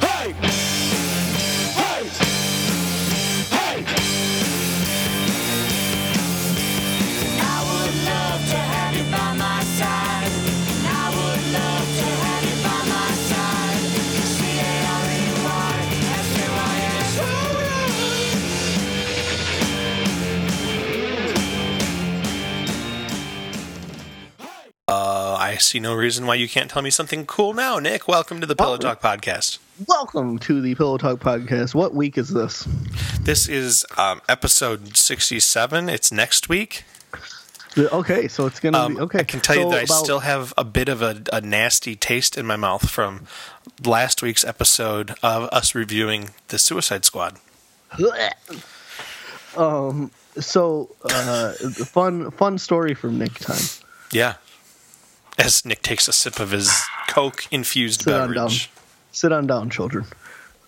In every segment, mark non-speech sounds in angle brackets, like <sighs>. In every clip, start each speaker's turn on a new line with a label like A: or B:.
A: Hey! Hey! Hey! I would love to have you by my side. And I would love to have you by my side. C-A-R-E-Y, S-U-I-S.
B: Uh, I see no reason why you can't tell me something cool now, Nick. Welcome to the Pillow Talk podcast.
C: Welcome to the Pillow Talk podcast. What week is this?
B: This is um, episode sixty-seven. It's next week.
C: The- Okay, so it's gonna
B: Um,
C: be okay.
B: I can tell
C: so
B: you that I
C: about-
B: still have a bit of a, a nasty taste in my mouth from last week's episode of us reviewing the Suicide Squad.
C: <laughs> Um, so uh, fun fun story from Nick time.
B: Yeah. As Nick takes a sip of his Coke-infused
C: Sit on down,
B: beverage,
C: sit on down, children.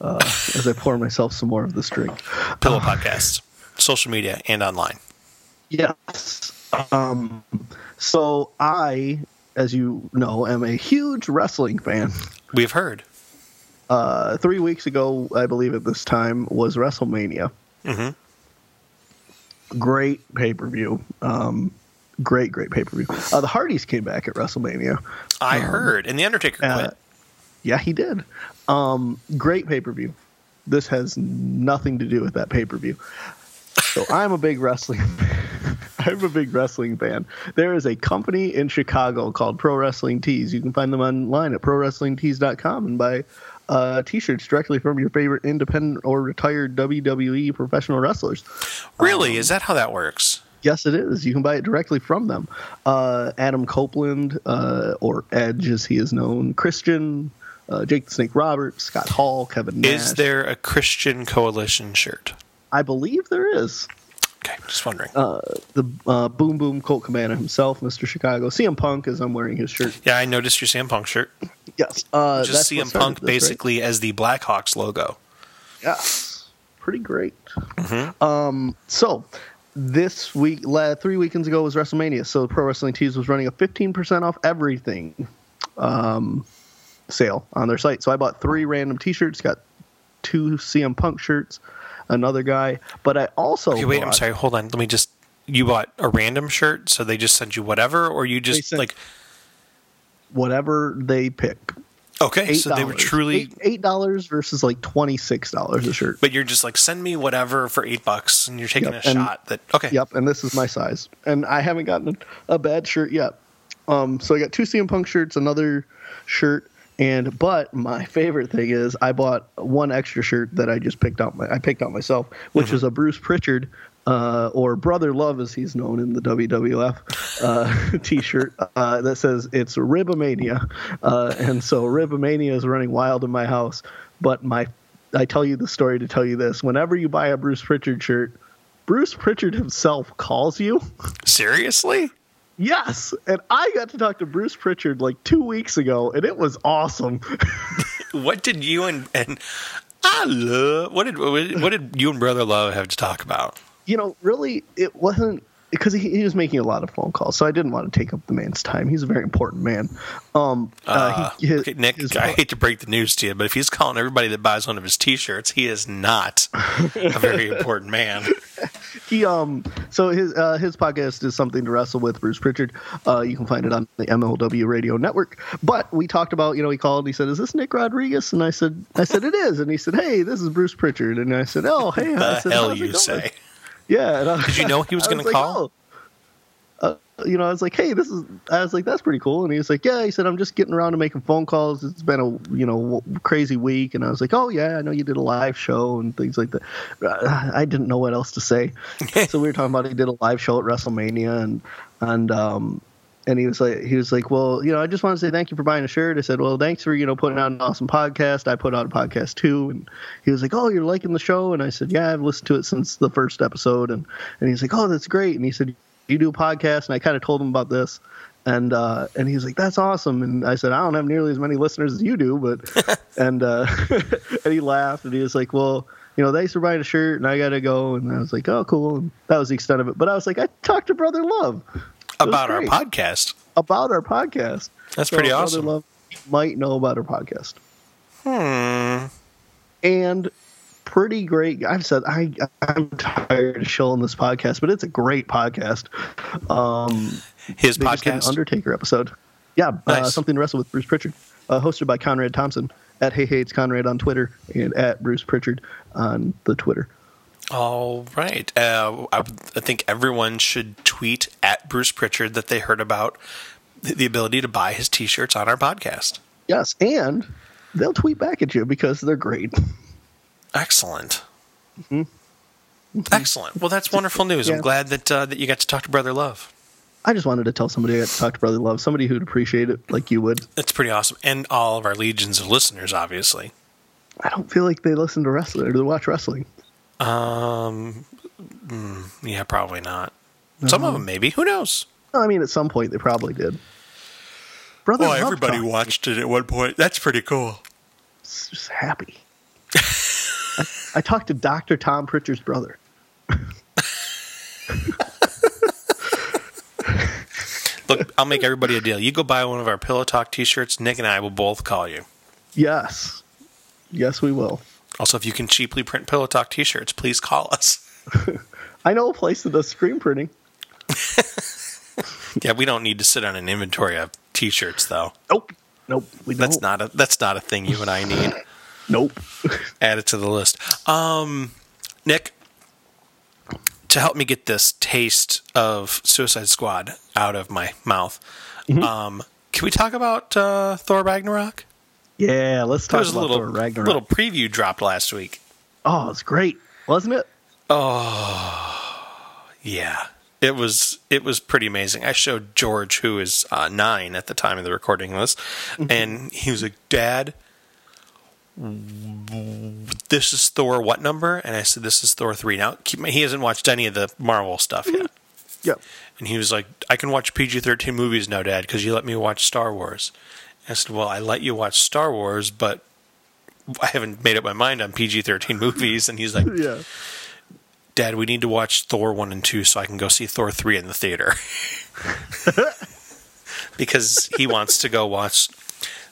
C: Uh, as I pour myself some more of this drink.
B: Pillow Podcast, social media, and online.
C: Yes. Um, so I, as you know, am a huge wrestling fan.
B: We've heard.
C: uh, three weeks ago, I believe at this time, was WrestleMania.
B: Mhm.
C: Great pay per view. Um, great, great pay per view. Uh, the Hardys came back at WrestleMania.
B: I heard, and the Undertaker
C: Um, Uh,
B: quit.
C: Yeah, he did. Um, great pay per view. This has nothing to do with that pay per view. So I'm a big wrestling. <laughs> I'm a big wrestling fan. There is a company in Chicago called Pro Wrestling Tees. You can find them online at prowrestlingtees.com and buy uh, t-shirts directly from your favorite independent or retired WWE professional wrestlers. um,
B: Really, is that how that works?
C: Yes, it is. You can buy it directly from them. Uh, Adam Copeland, uh, or Edge as he is known, Christian, uh, Jake the Snake Roberts, Scott Hall, Kevin Nash.
B: Is there a Christian coalition shirt?
C: I believe there is.
B: Okay, just wondering.
C: The uh, Boom Boom Colt Cabana himself, Mr. Chicago. CM Punk, as I'm wearing his shirt.
B: yeah, I noticed your CM Punk shirt.
C: Yes. Uh, that's
B: Just
C: what
B: CM
C: started
B: Punk
C: this, right?
B: basically as the Blackhawks logo.
C: Yes. Pretty great.
B: Mm-hmm.
C: Um, so this week, la- three weekends ago was WrestleMania. So Pro Wrestling Tees was running a 15% off everything um, sale on their site. So I bought three random t-shirts, got two CM Punk shirts, another guy, but I also
B: Okay, wait, I'm
C: bought-
B: sorry. Hold on. Let me just. You bought a random shirt, so they just sent you whatever, or you just
C: sent-
B: like.
C: whatever they pick.
B: Okay,
C: Eight
B: so they were truly.
C: Eight- eight dollars versus like twenty six dollars a shirt.
B: But you're just like, send me whatever for eight bucks, and you're taking
C: Yep,
B: a
C: and-
B: shot that. Okay.
C: Yep, and this is my size, and I haven't gotten a bad shirt yet. Um, so I got two CM Punk shirts, another shirt, and but my favorite thing is I bought one extra shirt that I just picked out. My, I picked out myself, which is a Bruce Pritchard. Uh, or brother love, as he's known in the WWF uh, <laughs> T-shirt, uh, that says it's Ribomania, uh, and so Ribomania is running wild in my house. But my, I tell you the story to tell you this: whenever you buy a Bruce Pritchard shirt, Bruce Pritchard himself calls you.
B: Seriously?
C: Yes, and I got to talk to Bruce Pritchard like two weeks ago, and it was awesome. <laughs>
B: What did you and and I love? What did what did you and brother love have to talk about?
C: you know, really, it wasn't because he, he was making a lot of phone calls, so I didn't want to take up the man's time. He's a very important man. Um, uh, <laughs>
B: Uh,
C: he- his-
B: okay, Nick,
C: his-
B: I hate to break the news to you, but if he's calling everybody that buys one of his T-shirts, he is not a
C: <laughs>
B: very important man.
C: he um so his uh, his podcast is something to wrestle with Bruce Pritchard. Uh, you can find it on the MLW Radio Network. But we talked about you know he called and he said is this Nick Rodriguez and I said I said it is and he said hey this is Bruce Pritchard and I said oh hey I
B: The
C: said,
B: hell
C: "How's it
B: you
C: going?"
B: say?
C: yeah and I-
B: <laughs> Did you know he was
C: I
B: going to
C: like,
B: call?
C: "Oh." Uh, you know, I was like, "Hey, this is." I was like, "That's pretty cool." And he was like, "Yeah." He said, "I'm just getting around to making phone calls. It's been a you know crazy week." And I was like, "Oh yeah, I know you did a live show and things like that." Uh, I didn't know what else
B: <laughs>
C: to say, so we were talking about he did a live show at WrestleMania and and um and he was like he was like, "Well, you know, I just want to say thank you for buying a shirt." I said, "Well, thanks for you know putting out an awesome podcast. I put out a podcast too." And he was like, "Oh, you're liking the show?" And I said, "Yeah, I've listened to it since the first episode." And and he's like, "Oh, that's great." And he said, "You do a podcast?" And I kind of told him about this, and uh, and he's like, "That's awesome." And I said, "I don't have nearly as many listeners as you do," but and uh, <laughs> and he laughed and he was like, "Well." You know, thanks for buying a shirt, and I gotta go. And I was like, "Oh, cool." And that was the extent of it. But I was like, "I talked to Brother Love
B: about our
C: "Oh, great.
B: podcast.
C: about our podcast."
B: That's pretty
C: Brother
B: awesome.
C: Love might know about our podcast.
B: Hmm.
C: and pretty great. I've said I I'm tired of shilling this podcast, but it's a great podcast. Um,
B: His
C: they just did an
B: podcast.
C: Undertaker episode. Yeah, uh,
B: Nice.
C: something to wrestle with Bruce Pritchard, uh, hosted by Conrad Thompson at Hey Hates Conrad on Twitter and at Bruce Pritchard on the Twitter.
B: All right. Uh, I, would- I think everyone should tweet at Bruce Pritchard that they heard about the the ability to buy his T-shirts on our podcast.
C: Yes, and they'll tweet back at you because they're great. <laughs>
B: Excellent. Excellent. Well, that's wonderful news.
C: Mm-hmm. Yeah.
B: I'm glad that uh, that you got to talk to Brother Love.
C: I just wanted to tell somebody I got to talk to Brother Love, somebody who'd appreciate it like you would.
B: That's pretty awesome, and all of our legions of listeners, obviously.
C: I don't feel like they listen to wrestling or they watch wrestling.
B: Um, mm, yeah, probably not. Some of them, maybe. Who knows?
C: No, I mean, at some point they probably did. Brother Love talked.
B: watched it at one point. That's pretty cool.
C: s- just happy. I, I talked to Dr. Tom Pritchard's brother.
B: Look, I'll make everybody a deal. You go buy one of our Pillow Talk T-shirts. Nick and I will both call you.
C: Yes. Yes, we will.
B: Also, if you can cheaply print Pillow Talk T-shirts, please call us. <laughs>
C: I know a place that does screen printing.
B: Yeah, we don't need to sit on an inventory of T-shirts, though.
C: Nope. Nope. We
B: That's
C: don't.
B: not a that's not a thing you and I need.
C: Nope. <laughs>
B: add it to the list. Um, Nick, to help me get this taste of Suicide Squad out of my mouth,
C: Mm-hmm.
B: um, can we talk about uh, Thor Ragnarok?
C: yeah, let's
B: There
C: talk
B: was a
C: about
B: little
C: Thor Ragnarok.
B: little preview dropped last week.
C: Oh, it's great, wasn't it?
B: Yeah, it was it was pretty amazing. I showed George, who is uh, nine at the time of the recording of this, and he was like, "Dad." This is Thor. What number? And I said, "This is Thor three. Now, keep, he hasn't watched any of the Marvel stuff yet.
C: Yep.
B: And he was like, I can watch PG 13 movies now, Dad, because you let me watch Star Wars. And I said, Well, I let you watch Star Wars, but I haven't made up my mind on PG 13 <laughs> movies. And he's like,
C: Yeah.
B: Dad, we need to watch Thor 1 and 2 so I can go see Thor 3 in the theater. <laughs> because he wants to go watch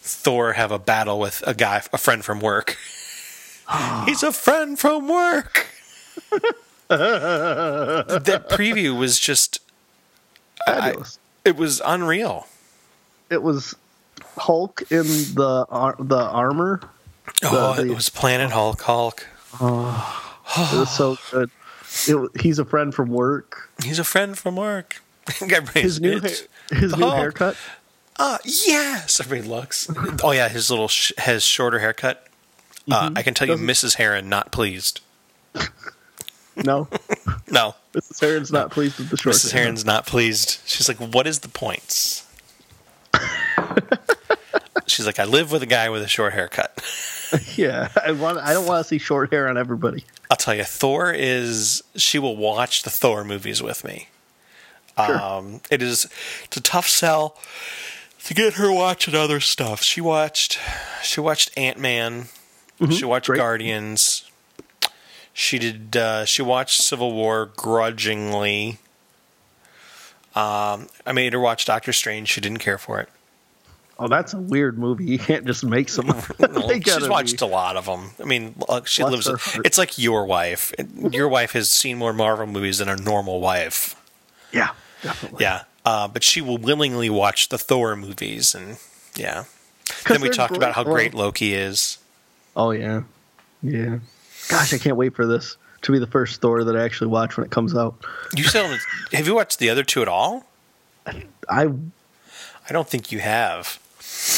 B: Thor have a battle with a guy, a friend from
C: <gasps>
B: work. He's a friend from work. that preview was just,
C: Fabulous.
B: it was unreal.
C: it was Hulk in the ar- the armor.
B: Oh,
C: the-
B: it was Planet Hulk. Hulk.
C: It was so good. It, wa- he's a friend from work.
B: He's a friend from work. <laughs> Everybody's-
C: His new
B: it's-
C: ha- his new
B: Hulk.
C: haircut.
B: Uh, yes. Everybody looks. oh yeah, his little sh- his shorter haircut. Uh, I can tell you,
C: Doesn't-
B: Mrs. Heron not pleased.
C: No,
B: No,
C: Mrs. Heron's not pleased with the short.
B: Mrs. Heron's not pleased. She's like, "What is the points?" She's like, "I live with a guy with a short haircut."
C: <laughs> Yeah, I want. I don't want to see short hair on everybody.
B: I'll tell you, Thor is. She will watch the Thor movies with me. Um, it is it's a tough sell to get her watching other stuff. She watched. She watched Ant Man. She watched
C: great.
B: Guardians. She did. Uh, she watched Civil War grudgingly. Um, I made her watch Doctor Strange. She didn't care for it.
C: Oh, that's a weird movie. You can't just make some.
B: Well,
C: they gotta
B: she's watched
C: be-
B: a lot of them. I mean, look, she
C: Bless
B: lives.
C: her
B: with-
C: heart.
B: it's like your wife. Your wife has seen more Marvel movies than a normal wife.
C: Yeah, definitely.
B: <laughs> Yeah, uh, but she will willingly watch the Thor movies, and yeah.
C: 'Cause
B: Then we
C: they're
B: talked
C: great.
B: about how
C: Well,
B: great Loki is.
C: Oh yeah, yeah. Gosh, I can't wait for this to be the first Thor that I actually watch when it comes out.
B: You still have you watched the other two at all?
C: I,
B: I don't think you have.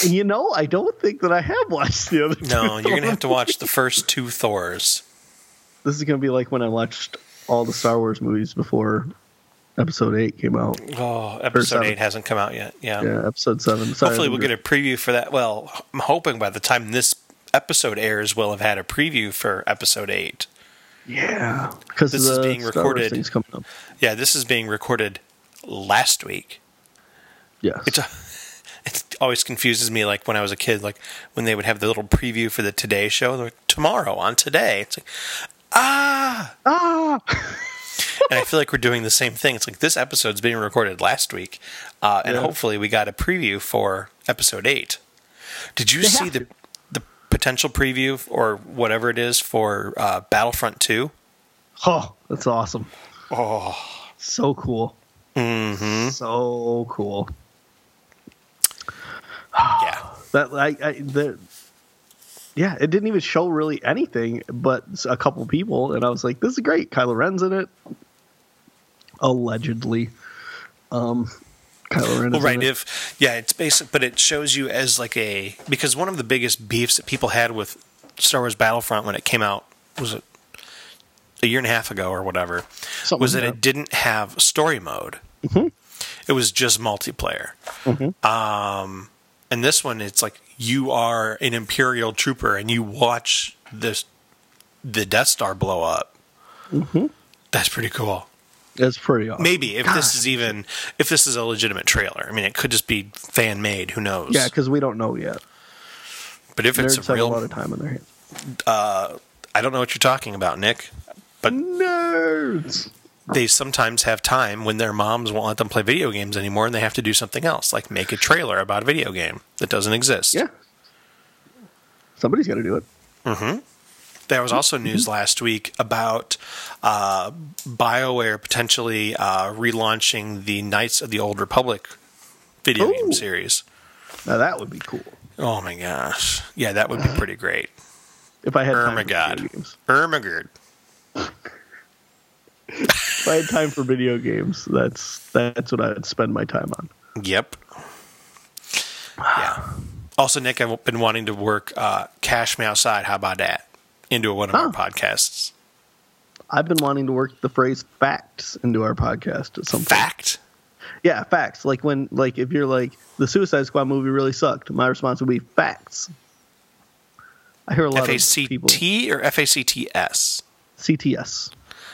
C: you know, I don't think that I have watched the other.
B: No,
C: two
B: you're gonna have to watch the first two
C: <laughs>
B: Thors.
C: This is gonna be like when I watched all the Star Wars movies before Episode Eight came out.
B: Oh, episode
C: seven.
B: eight hasn't come out yet. Yeah.
C: Yeah, Episode Seven. Sorry,
B: Hopefully, we'll get a preview for that. Well, I'm hoping by the time this episode airs, we'll have had a preview for episode eight.
C: Yeah, because
B: This
C: the
B: is being
C: Star Wars
B: recorded.
C: things coming up.
B: Yeah, this is being recorded last week.
C: Yes.
B: It's a, it always confuses me. Like when I was a kid, like when they would have the little preview for the Today Show, they're like tomorrow on Today. It's like ah,
C: <laughs> ah.
B: and I feel like we're doing the same thing. It's like this episode's being recorded last week, uh, and
C: Yeah.
B: hopefully we got a preview for episode eight. Did you see
C: have
B: the
C: to.
B: the potential preview or whatever it is for uh, Battlefront Two?
C: Oh, that's awesome. Oh, so cool.
B: Mm-hmm.
C: So cool.
B: Yeah,
C: That I, I the yeah, it didn't even show really anything but a couple people, and I was like, "This is great." Kylo Ren's in it, allegedly. Um, Kylo Ren.
B: Well,
C: is
B: right.
C: in it.
B: If yeah, it's basic, but it shows you as like a because one of the biggest beefs that people had with Star Wars Battlefront when it came out was it a year and a half ago or whatever
C: Something
B: was
C: like
B: that
C: that. Mm-hmm.
B: it didn't have story mode. It was just multiplayer. Um, and this one, it's like you are an Imperial trooper and you watch this the Death Star blow up.
C: Mm-hmm.
B: That's pretty cool
C: It's pretty awesome.
B: maybe if this is even if this is a legitimate trailer. I mean, it could just be fan made. Who knows?
C: Yeah, because we don't know yet.
B: but if
C: Nerds
B: it's a
C: have a lot
B: real,
C: of time on their hands.
B: I don't know what you're talking about, Nick. But
C: Nerds.
B: they sometimes have time when their moms won't let them play video games anymore, and they have to do something else, like make a trailer about a video game that doesn't exist.
C: Yeah. Somebody's got to do it.
B: There was
C: Mm-hmm.
B: also news last week about uh, BioWare potentially uh, relaunching the Knights of the Old Republic video game
C: Ooh.
B: series.
C: Now that would be cool
B: Oh my gosh! Yeah, that
C: Uh-huh.
B: would be pretty great.
C: if I had
B: Oh
C: time for
B: Ermagad.
C: video games.
B: Ermagerd.
C: If I had time for video games, that's that's what I'd spend my time on.
B: Yep. Yeah. Also, Nick, I've been wanting to work uh, Cash Me Outside. How about that? Into one of our
C: Huh.
B: podcasts.
C: I've been wanting to work the phrase facts into our podcast at some point.
B: Fact.
C: Yeah, facts. Like when like if you're like the Suicide Squad movie really sucked, my response would be facts. I hear a lot
B: F A C
C: of people
B: T or F A C T S?
C: CTS.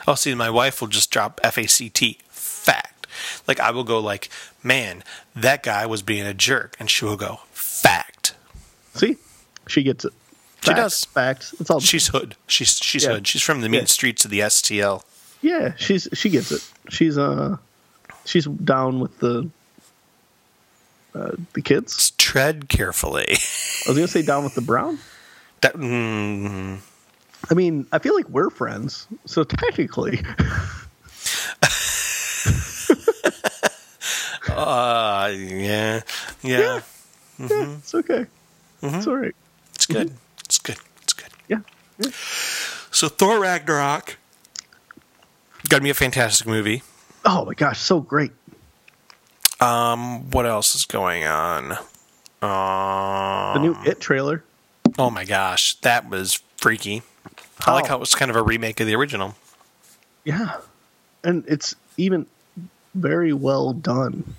B: Oh, see, my wife will just drop F A C T. Fact. Like, I will go, like, man, that guy was being a jerk. And she will go, fact.
C: See? She gets it.
B: She
C: Facts,
B: does.
C: Facts. It's all
B: She's hood. She's she's
C: Yeah.
B: hood. She's from the mean
C: Yeah.
B: streets of the STL.
C: Yeah, she's she gets it. She's uh she's down with the uh, the kids.
B: Tread carefully. <laughs>
C: I was gonna say down with the brown.
B: that, mm,
C: I mean, I feel like we're friends, so technically,
B: uh, yeah. Yeah.
C: Yeah.
B: Mm-hmm.
C: yeah, <laughs> it's okay. It's all right.
B: It's good. It's good. It's good.
C: Yeah, yeah.
B: So Thor Ragnarok got to be a fantastic movie.
C: Oh my gosh, so great.
B: Um, what else is going on?
C: The
B: Um,
C: new It trailer.
B: oh my gosh, that was freaky. I like
C: Oh.
B: how it was kind of a remake of the original.
C: Yeah, and it's even very well done.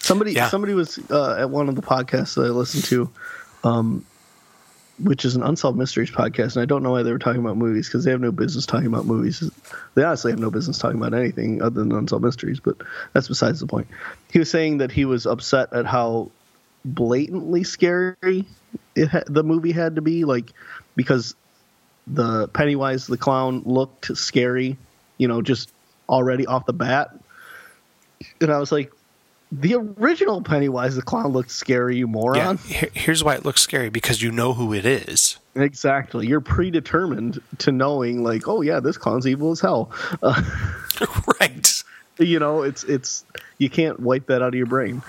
C: Somebody
B: Yeah.
C: somebody was uh, at one of the podcasts that I listened to, um, which is an unsolved mysteries podcast, and I don't know why they were talking about movies because they have no business talking about movies. They honestly have no business talking about anything other than unsolved mysteries, but that's besides the point. He was saying that he was upset at how blatantly scary it ha- the movie had to be, like because the Pennywise the clown looked scary, you know, just already off the bat. And I was like, the original Pennywise the clown looked scary, you
B: Yeah.
C: moron.
B: Here- here's why it looks scary because you know who it is.
C: Exactly. You're predetermined to knowing, like, oh yeah, this clown's evil as hell. Uh,
B: right.
C: you know, it's it's you can't wipe that out of your brain.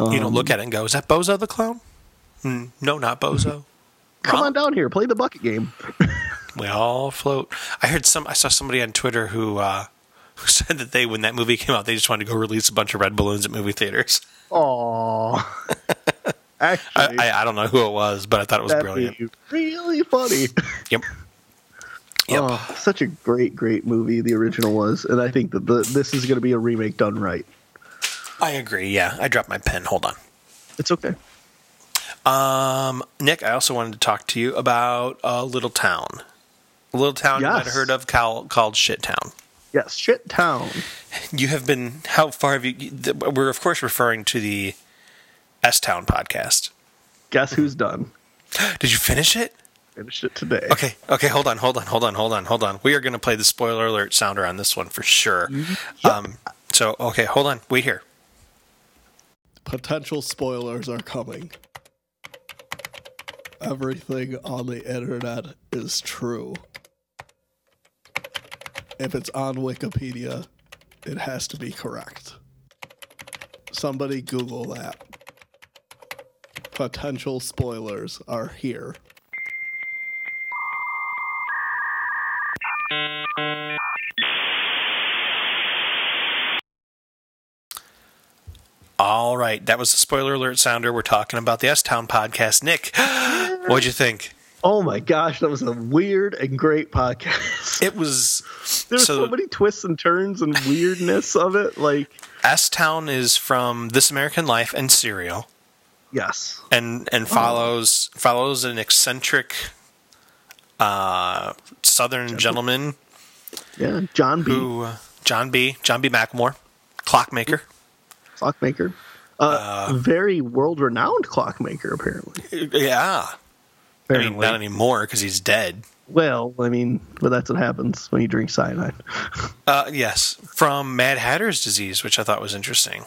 B: you don't look at it and go, "Is that Bozo the clown?" Mm, no, not Bozo.
C: Come
B: Well-
C: on down here, play the bucket game.
B: We all float. I heard some. I saw somebody on Twitter who uh, <laughs> who said that they, when that movie came out, they just wanted to go release a bunch of red balloons at movie theaters.
C: Aww.
B: <laughs> I,
C: Actually,
B: I, I don't know who it was, but I thought it was
C: that'd
B: brilliant.
C: be really funny. <laughs>
B: Yep. Yep.
C: Oh, such a great, great movie the original was, and I think that the, this is going to be a remake done right.
B: I agree. Yeah, I dropped my pen. Hold on.
C: It's okay.
B: Um, Nick, I also wanted to talk to you about a little town, a little town you might have
C: Yes.
B: heard of called, called Shit Town.
C: Yes, shit town.
B: You have been how far have you? th- We're of course referring to the S Town podcast.
C: Guess
D: Mm-hmm.
C: who's done?
B: Did you finish it?
C: Finished it today.
B: Okay, okay, hold on, hold on, hold on, hold on, hold on. We are going to play the spoiler alert sounder on this one for sure.
C: Mm-hmm.
B: Um, so okay, hold on, wait here.
D: Potential spoilers are coming. Everything on the internet is true. If it's on Wikipedia, it has to be correct. Somebody Google that. Potential spoilers are here.
B: All right, that was the spoiler alert sounder. We're talking about the S Town podcast. Nick, <gasps> what'd you think?
C: Oh my gosh, that was a weird and great podcast. <laughs>
B: It was
C: There's
B: so,
C: so, many twists and turns and weirdness of it. Like,
B: S Town is from This American Life and Serial.
C: yes,
B: and and follows follows an eccentric uh, Southern gentleman
C: yeah, John B.
B: who uh, John B. John B. Mackmore, clockmaker,
C: clockmaker, uh, very world-renowned clockmaker, apparently.
B: yeah. I mean,
C: apparently.
B: not anymore because he's dead.
C: well, I mean, well, that's what happens when you drink cyanide. <laughs>
B: Uh, yes, from Mad Hatter's disease, which I thought was interesting.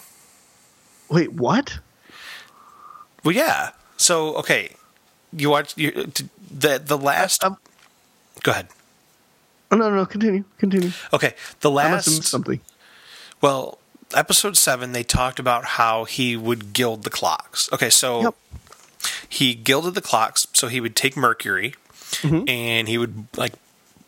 C: Wait, what?
B: Well, yeah. So okay, you watch you, t- the the last.
C: I'm-
B: go ahead.
C: Oh, no, no, no, continue, continue.
B: Okay, the
C: I must have missed
B: last.
C: something.
B: Well, episode seven, they talked about how he would gild the clocks. Okay, so
C: Yep.
B: he gilded the clocks, so he would take mercury
C: Mm-hmm.
B: and he would like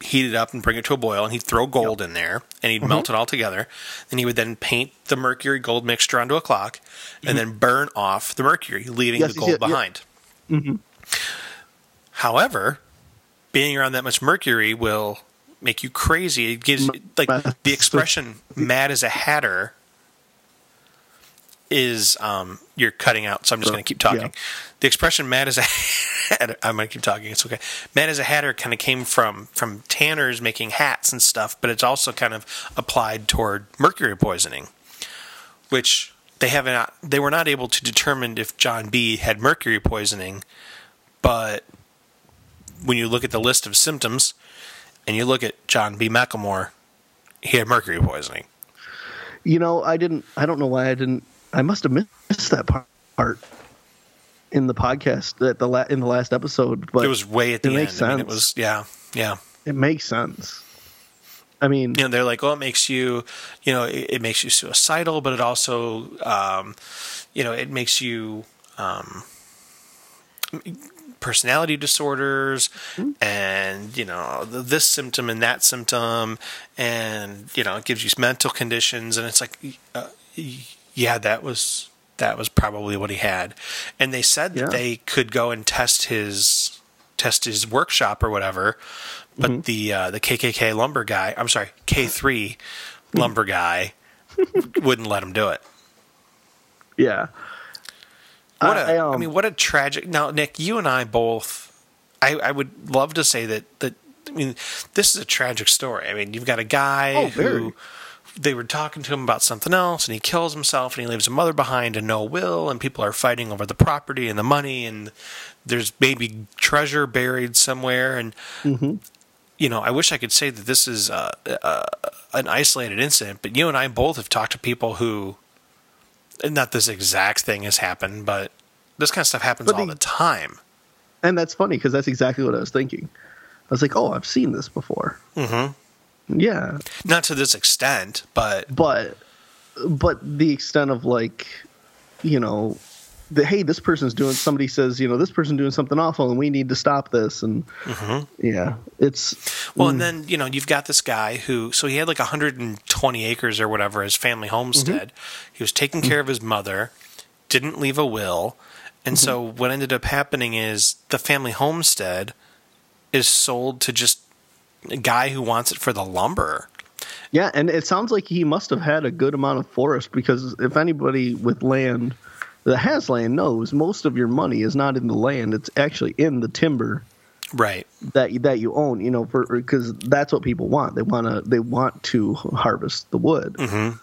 B: heat it up and bring it to a boil, and he'd throw gold in there and
C: Mm-hmm.
B: he'd melt it all together. And he would then paint the mercury gold mixture onto a clock and then burn off the mercury, leaving
C: Mm-hmm. Yes,
B: the
C: yes,
B: gold
C: yes, yep.
B: behind. However, being around that much mercury will make you crazy. It gives like the expression "mad as a hatter" is um, you're cutting out, so I'm just going to keep talking.
C: Yeah.
B: The expression "mad as a hatter," <laughs> I'm going to keep talking. It's okay. "Mad as a hatter" kind of came from from tanners making hats and stuff, but it's also kind of applied toward mercury poisoning, which they haven't. They were not able to determine if John B had mercury poisoning, but when you look at the list of symptoms and you look at John B. McElmore, he had mercury poisoning.
C: You know, I didn't. I don't know why I didn't. I must have missed that par- part in the podcast at the la- in the last episode. But
B: it was way at the
C: it
B: end.
C: makes
B: I mean, it
C: sense.
B: was yeah, yeah.
C: It makes sense. I mean,
B: You know, they're like, oh, it makes you, you know, it, it makes you suicidal, but it also, um, you know, it makes you um, personality disorders, and you know, th- this symptom and that symptom, and you know, it gives you mental conditions, and it's like, uh, y- yeah, that was that was probably what he had, and they said
C: Yeah.
B: that they could go and test his test his workshop or whatever, but the uh, the KKK lumber guy, I'm sorry, K3 lumber guy wouldn't let him do it.
C: yeah.
B: What a I
C: I, um,
B: mean, what a tragic. Now, Nick, you and I both, I, I would love to say that that I mean, this is a tragic story. I mean, you've got a guy
C: Oh,
B: who
C: very.
B: they were talking to him about something else, and he kills himself, and he leaves a mother behind and no will, and people are fighting over the property and the money, and there's maybe treasure buried somewhere, and.
C: Mm-hmm.
B: You know, I wish I could say that this is uh, uh, an isolated incident, but you and I both have talked to people who not this exact thing has happened, but this kind of stuff happens
C: But
B: all
C: the-
B: the time.
C: And that's funny because that's exactly what I was thinking. I was like, oh, I've seen this before. Mm-hmm. Yeah,
B: Not to this extent, but
C: but but the extent of like, you know, the, hey, this person's doing. Somebody says, you know, this person doing something awful, and we need to stop this. And
B: Mm-hmm.
C: yeah, it's
B: well, and then you know you've got this guy who so he had like 120 acres or whatever his family
C: Mm-hmm.
B: homestead. He was taking
C: Mm.
B: care of his mother, didn't leave a will, and
C: Mm-hmm.
B: so what ended up happening is the family homestead is sold to just a guy who wants it for the lumber.
C: Yeah, and it sounds like he must have had a good amount of forest because if anybody with land that has land knows, most of your money is not in the land; it's actually in the timber
B: Right.
C: that that you own, you know, for because that's what people want. They want to they want to harvest the wood. I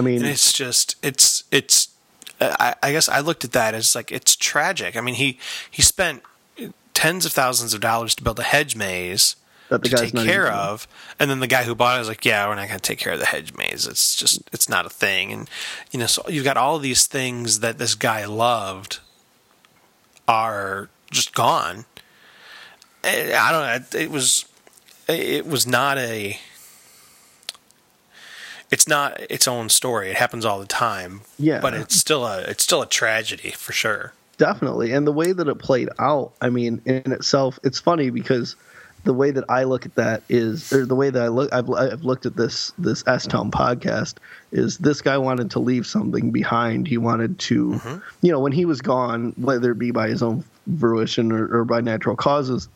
C: mean,
B: And it's just it's it's I, I guess I looked at that as like it's tragic. I mean he he spent tens of thousands of dollars to build a hedge maze
C: That the
B: to
C: guy's
B: take
C: not
B: care
C: using.
B: of, and then the guy who bought it was like, "Yeah, we're not going to take care of the hedge maze. It's just it's not a thing." And you know, so you've got all these things that this guy loved are just gone. I Eh, I don't know. It was it was not a it's not its own story. It happens all the time.
C: Yeah.
B: But it's still a it's still a tragedy for sure.
C: definitely, and the way that it played out, I mean, in itself, it's funny because the way that I look at that is, or the way that I look, I've, I've looked at this this S Town podcast is this guy wanted to leave something behind. He wanted to, you know, when he was gone, whether it be by his own fruition or, or by natural causes,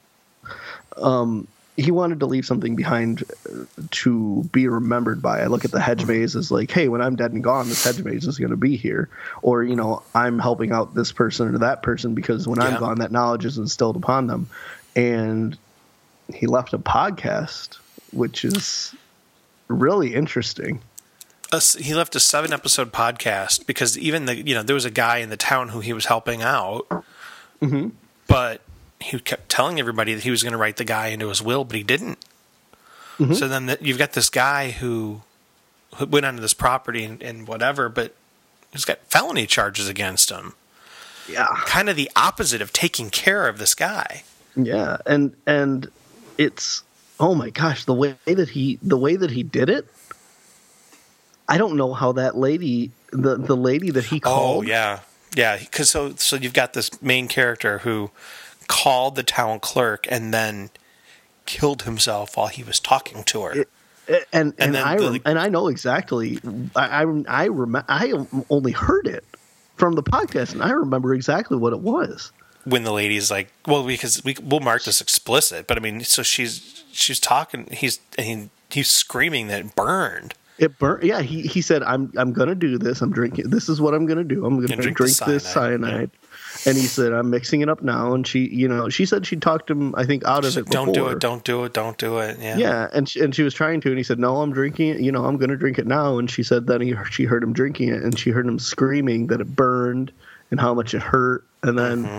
C: he wanted to leave something behind uh, to be remembered by. I look at the hedge maze as like, hey, when I'm dead and gone, this hedge maze is going to be here. Or, you know, I'm helping out this person or that person because when
B: Yeah.
C: I'm gone, that knowledge is instilled upon them. And he left a podcast, which is really interesting.
B: a s he left a seven episode podcast because even the you know there was a guy in the town who he was helping out, but he kept telling everybody that he was going to write the guy into his will, but he didn't. So then that you've got this guy who, who went onto this property and, and whatever, but he's got felony charges against him.
C: Yeah.
B: Kind of the opposite of taking care of this guy.
C: Yeah, and and it's oh my gosh, the way that he the way that he did it. I don't know how that lady the the lady that he
B: Oh
C: called.
B: yeah, yeah. Because so so you've got this main character who called the town clerk and then killed himself while he was talking to her.
C: and eh, and,
B: then
C: I
B: the-
C: rem and I know exactly. I I I, rem- I only heard it from the podcast, and I remember exactly what it was.
B: when the lady's like, well, because we we'll mark this explicit, but I mean, so she's she's talking, he's and he, he's screaming that it burned.
C: It burnt. Yeah, he, he said, "I'm I'm gonna do this. I'm drinking. This is what I'm gonna do. I'm gonna
B: And drink
C: drink,
B: the
C: this
B: cyanide."
C: cyanide." And he said, "I'm mixing it up now." And she, you know, she said she talked him. I think out
B: She's
C: of
B: like,
C: it.
B: don't do
C: before.
B: it, don't do it, don't do it. Yeah,
C: Yeah, and she, and she was trying to, and he said, "No, I'm drinking it. You know, I'm going to drink it now." And she said, then he she heard him drinking it, and she heard him screaming that it burned and how much it hurt, and then
B: Mm-hmm.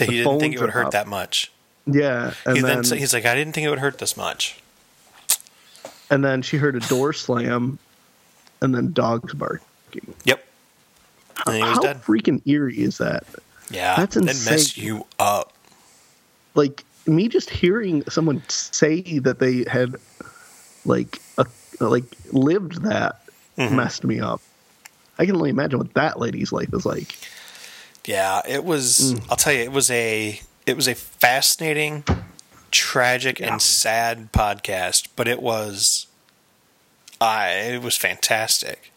B: that he
C: the
B: didn't think
C: phones
B: it would
C: are
B: hurt
C: up.
B: that much.
C: yeah, and
B: He then,
C: then,
B: so he's like, I didn't think it would hurt this much.
C: and then she heard a door slam, and then dogs barking.
B: Yep, and he was
C: how
B: dead.
C: freaking eerie is that?
B: Yeah,
C: that's
B: that messed
C: insane.
B: you up.
C: Like me just hearing someone say that they had like a, like lived that
B: Mm-hmm.
C: messed me up. I can only imagine what that lady's life is like.
B: Yeah, it was. I'll tell you, it was a it was a fascinating, tragic, and sad podcast. But it was, I it was fantastic,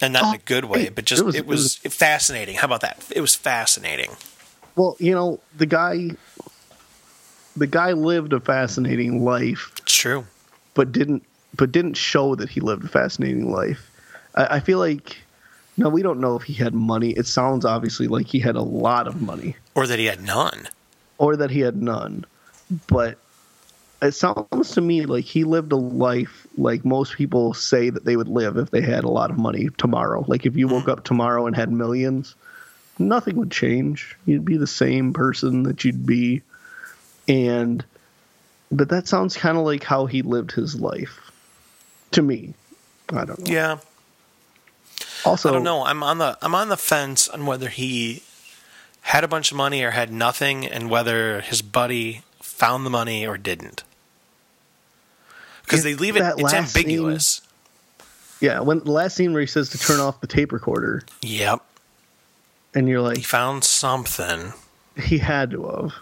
B: and not in a good way,
C: hey,
B: but just
C: it was-
B: it was, fascinating. How about that? It was fascinating.
C: Well, you know, the guy the guy lived a fascinating life,
B: It's true.
C: but didn't but didn't show that he lived a fascinating life. I, I feel like now we don't know if he had money. It sounds obviously like he had a lot of money
B: Or that he had none.
C: or that he had none. But it sounds to me like he lived a life like most people say that they would live if they had a lot of money tomorrow. Like if you
B: Mm-hmm.
C: woke up tomorrow and had millions, nothing would change. You'd be the same person that you'd be. And but that sounds kind of like how he lived his life to me. I don't know.
B: Yeah,
C: Also,
B: I don't know. I'm on the I'm on the fence on whether he had a bunch of money or had nothing, and whether his buddy found the money or didn't. Because they
C: It's
B: leave it
C: that
B: it's
C: last scene.
B: ambiguous.
C: Yeah, when the last scene where he says to turn off the tape recorder,
B: Yep,
C: and you're like,
B: he found something.
C: he had to have.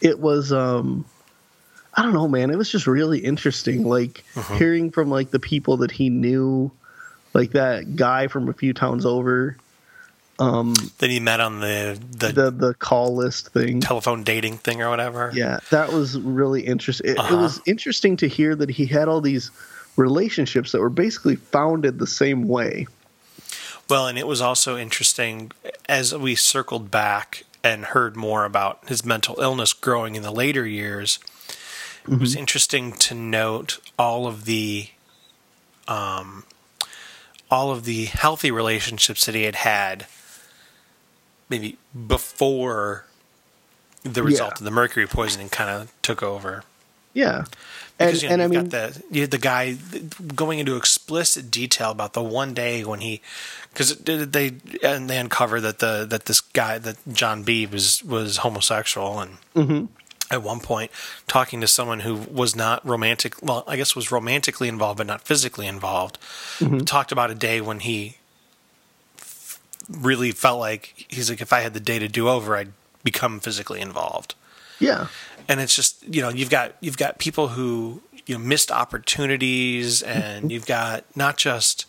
C: It was um I don't know, man. It was just really interesting like
B: Uh-huh.
C: hearing from like the people that he knew, like that guy from a few towns over,
B: that he met on the the,
C: the the call list thing.
B: telephone dating thing or whatever.
C: Yeah, that was really interesting. It,
B: Uh-huh.
C: it was interesting to hear that he had all these relationships that were basically founded the same way.
B: Well, and it was also interesting as we circled back and heard more about his mental illness growing in the later years, it was interesting to note all of the um, all of the healthy relationships that he had had maybe before the result of the mercury poisoning kind of took over.
C: Yeah.
B: Because,
C: and
B: you know,
C: and I
B: you've
C: mean,
B: got the you had the guy going into explicit detail about the one day when he, because they and they uncover that the that this guy that John B was was homosexual and
C: Mm-hmm.
B: at one point talking to someone who was not romantic, well, I guess was romantically involved but not physically involved,
C: Mm-hmm.
B: talked about a day when he f- really felt like he's like if I had the day to do over, I'd become physically involved
C: yeah.
B: and it's just you know you've got you've got people who you know missed opportunities and you've got not just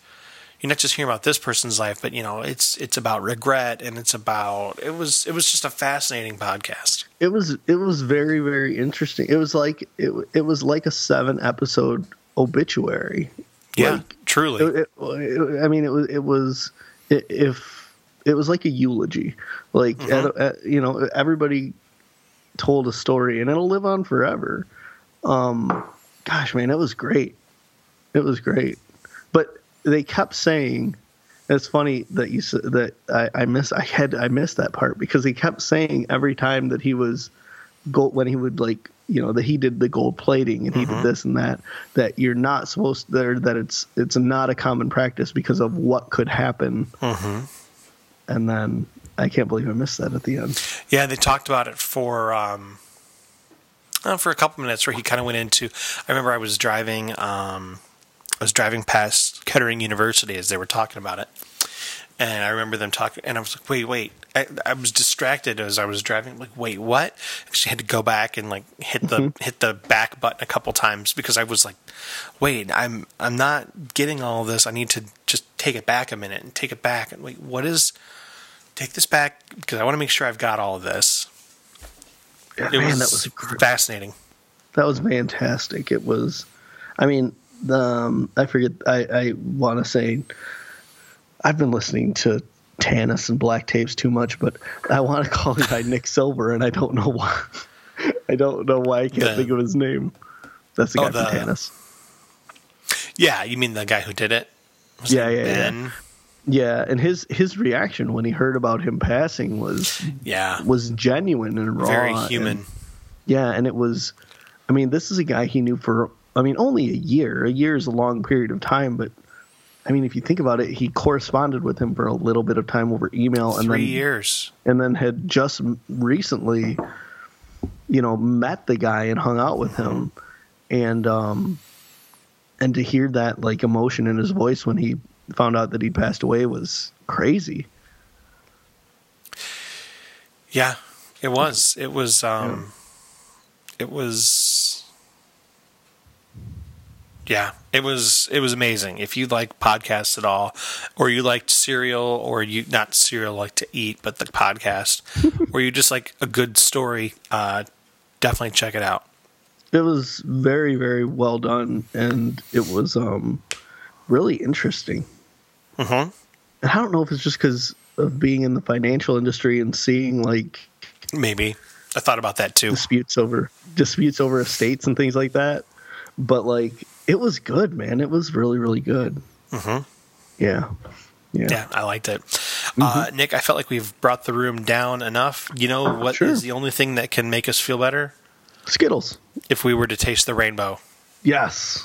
B: you're not just hearing about this person's life but you know it's it's about regret and it's about it was it was just a fascinating podcast
C: It was it was very very interesting. It was like it it was like a seven episode obituary. Like,
B: truly
C: it, it- it- I mean, it was it was i- if it was like a eulogy, like at a- at- uh, you know, everybody told a story, and it'll live on forever. Um, gosh, man, it was great. It was great, but they kept saying. It's funny that you said that I, I miss I had I missed that part because he kept saying every time that he was gold when he would like you know that he did the gold plating and he did this and that that you're not supposed there that it's it's not a common practice because of what could happen and then i can't believe i missed that at the end
B: yeah they talked about it for um uh, for a couple minutes where he kind of went into i remember i was driving um i was driving past kettering university as they were talking about it and I remember them talking, and I was like, "Wait, wait!" I, I was distracted as I was driving. like, "Wait, what?" Actually, had to go back and like hit the hit the back button a couple times because I was like, "Wait, I'm I'm not getting all this. I need to just take it back a minute and take it back and wait. What is? Take this back because I want to make sure I've got all of this."
C: Yeah,
B: It
C: man
B: was,
C: that was gr-
B: fascinating.
C: that was fantastic it was i mean the um, i forget i i want to say i've been listening to Tanis and Black Tapes too much, but I want to <laughs> call the guy Nick Silver, and I don't know why. <laughs> I don't know why I can't
B: The-
C: think of his name. That's the
B: Oh,
C: guy
B: the-
C: from Tanis.
B: Yeah, you mean the guy who did it? Was
C: Yeah,
B: it
C: yeah, yeah.
B: ben?
C: Yeah, and his his reaction when he heard about him passing was
B: yeah,
C: was genuine and raw,
B: very
C: and-
B: human.
C: yeah, and it was. I mean, this is a guy he knew for. I mean, only a year. A year is a long period of time, but I mean, if you think about it, he corresponded with him for a little bit of time over email, and
B: Three
C: then
B: years.
C: and then had just m- recently, you know, met the guy and hung out with him, and um, and to hear that like emotion in his voice when he found out that he passed away was crazy.
B: Yeah, it was. It was. Um, It was. Yeah, it was. It was amazing. If you like podcasts at all, or you liked cereal, or you not cereal like to eat, but the podcast, or you just like a good story, uh, definitely check it out.
C: It was very very well done, and it was um, really interesting.
B: Mhm.
C: And I don't know if it's just because of being in the financial industry and seeing like
B: Maybe I thought about that too.
C: disputes over disputes over estates and things like that. But like, it was good, man. It was really, really good. Yeah. yeah, Mm-hmm.
B: Yeah, I liked it. Uh, Nick, I felt like we've brought the room down enough. You know what is
C: Sure.
B: the only thing that can make us feel better?
C: Skittles.
B: If we were to taste the rainbow.
C: Yes.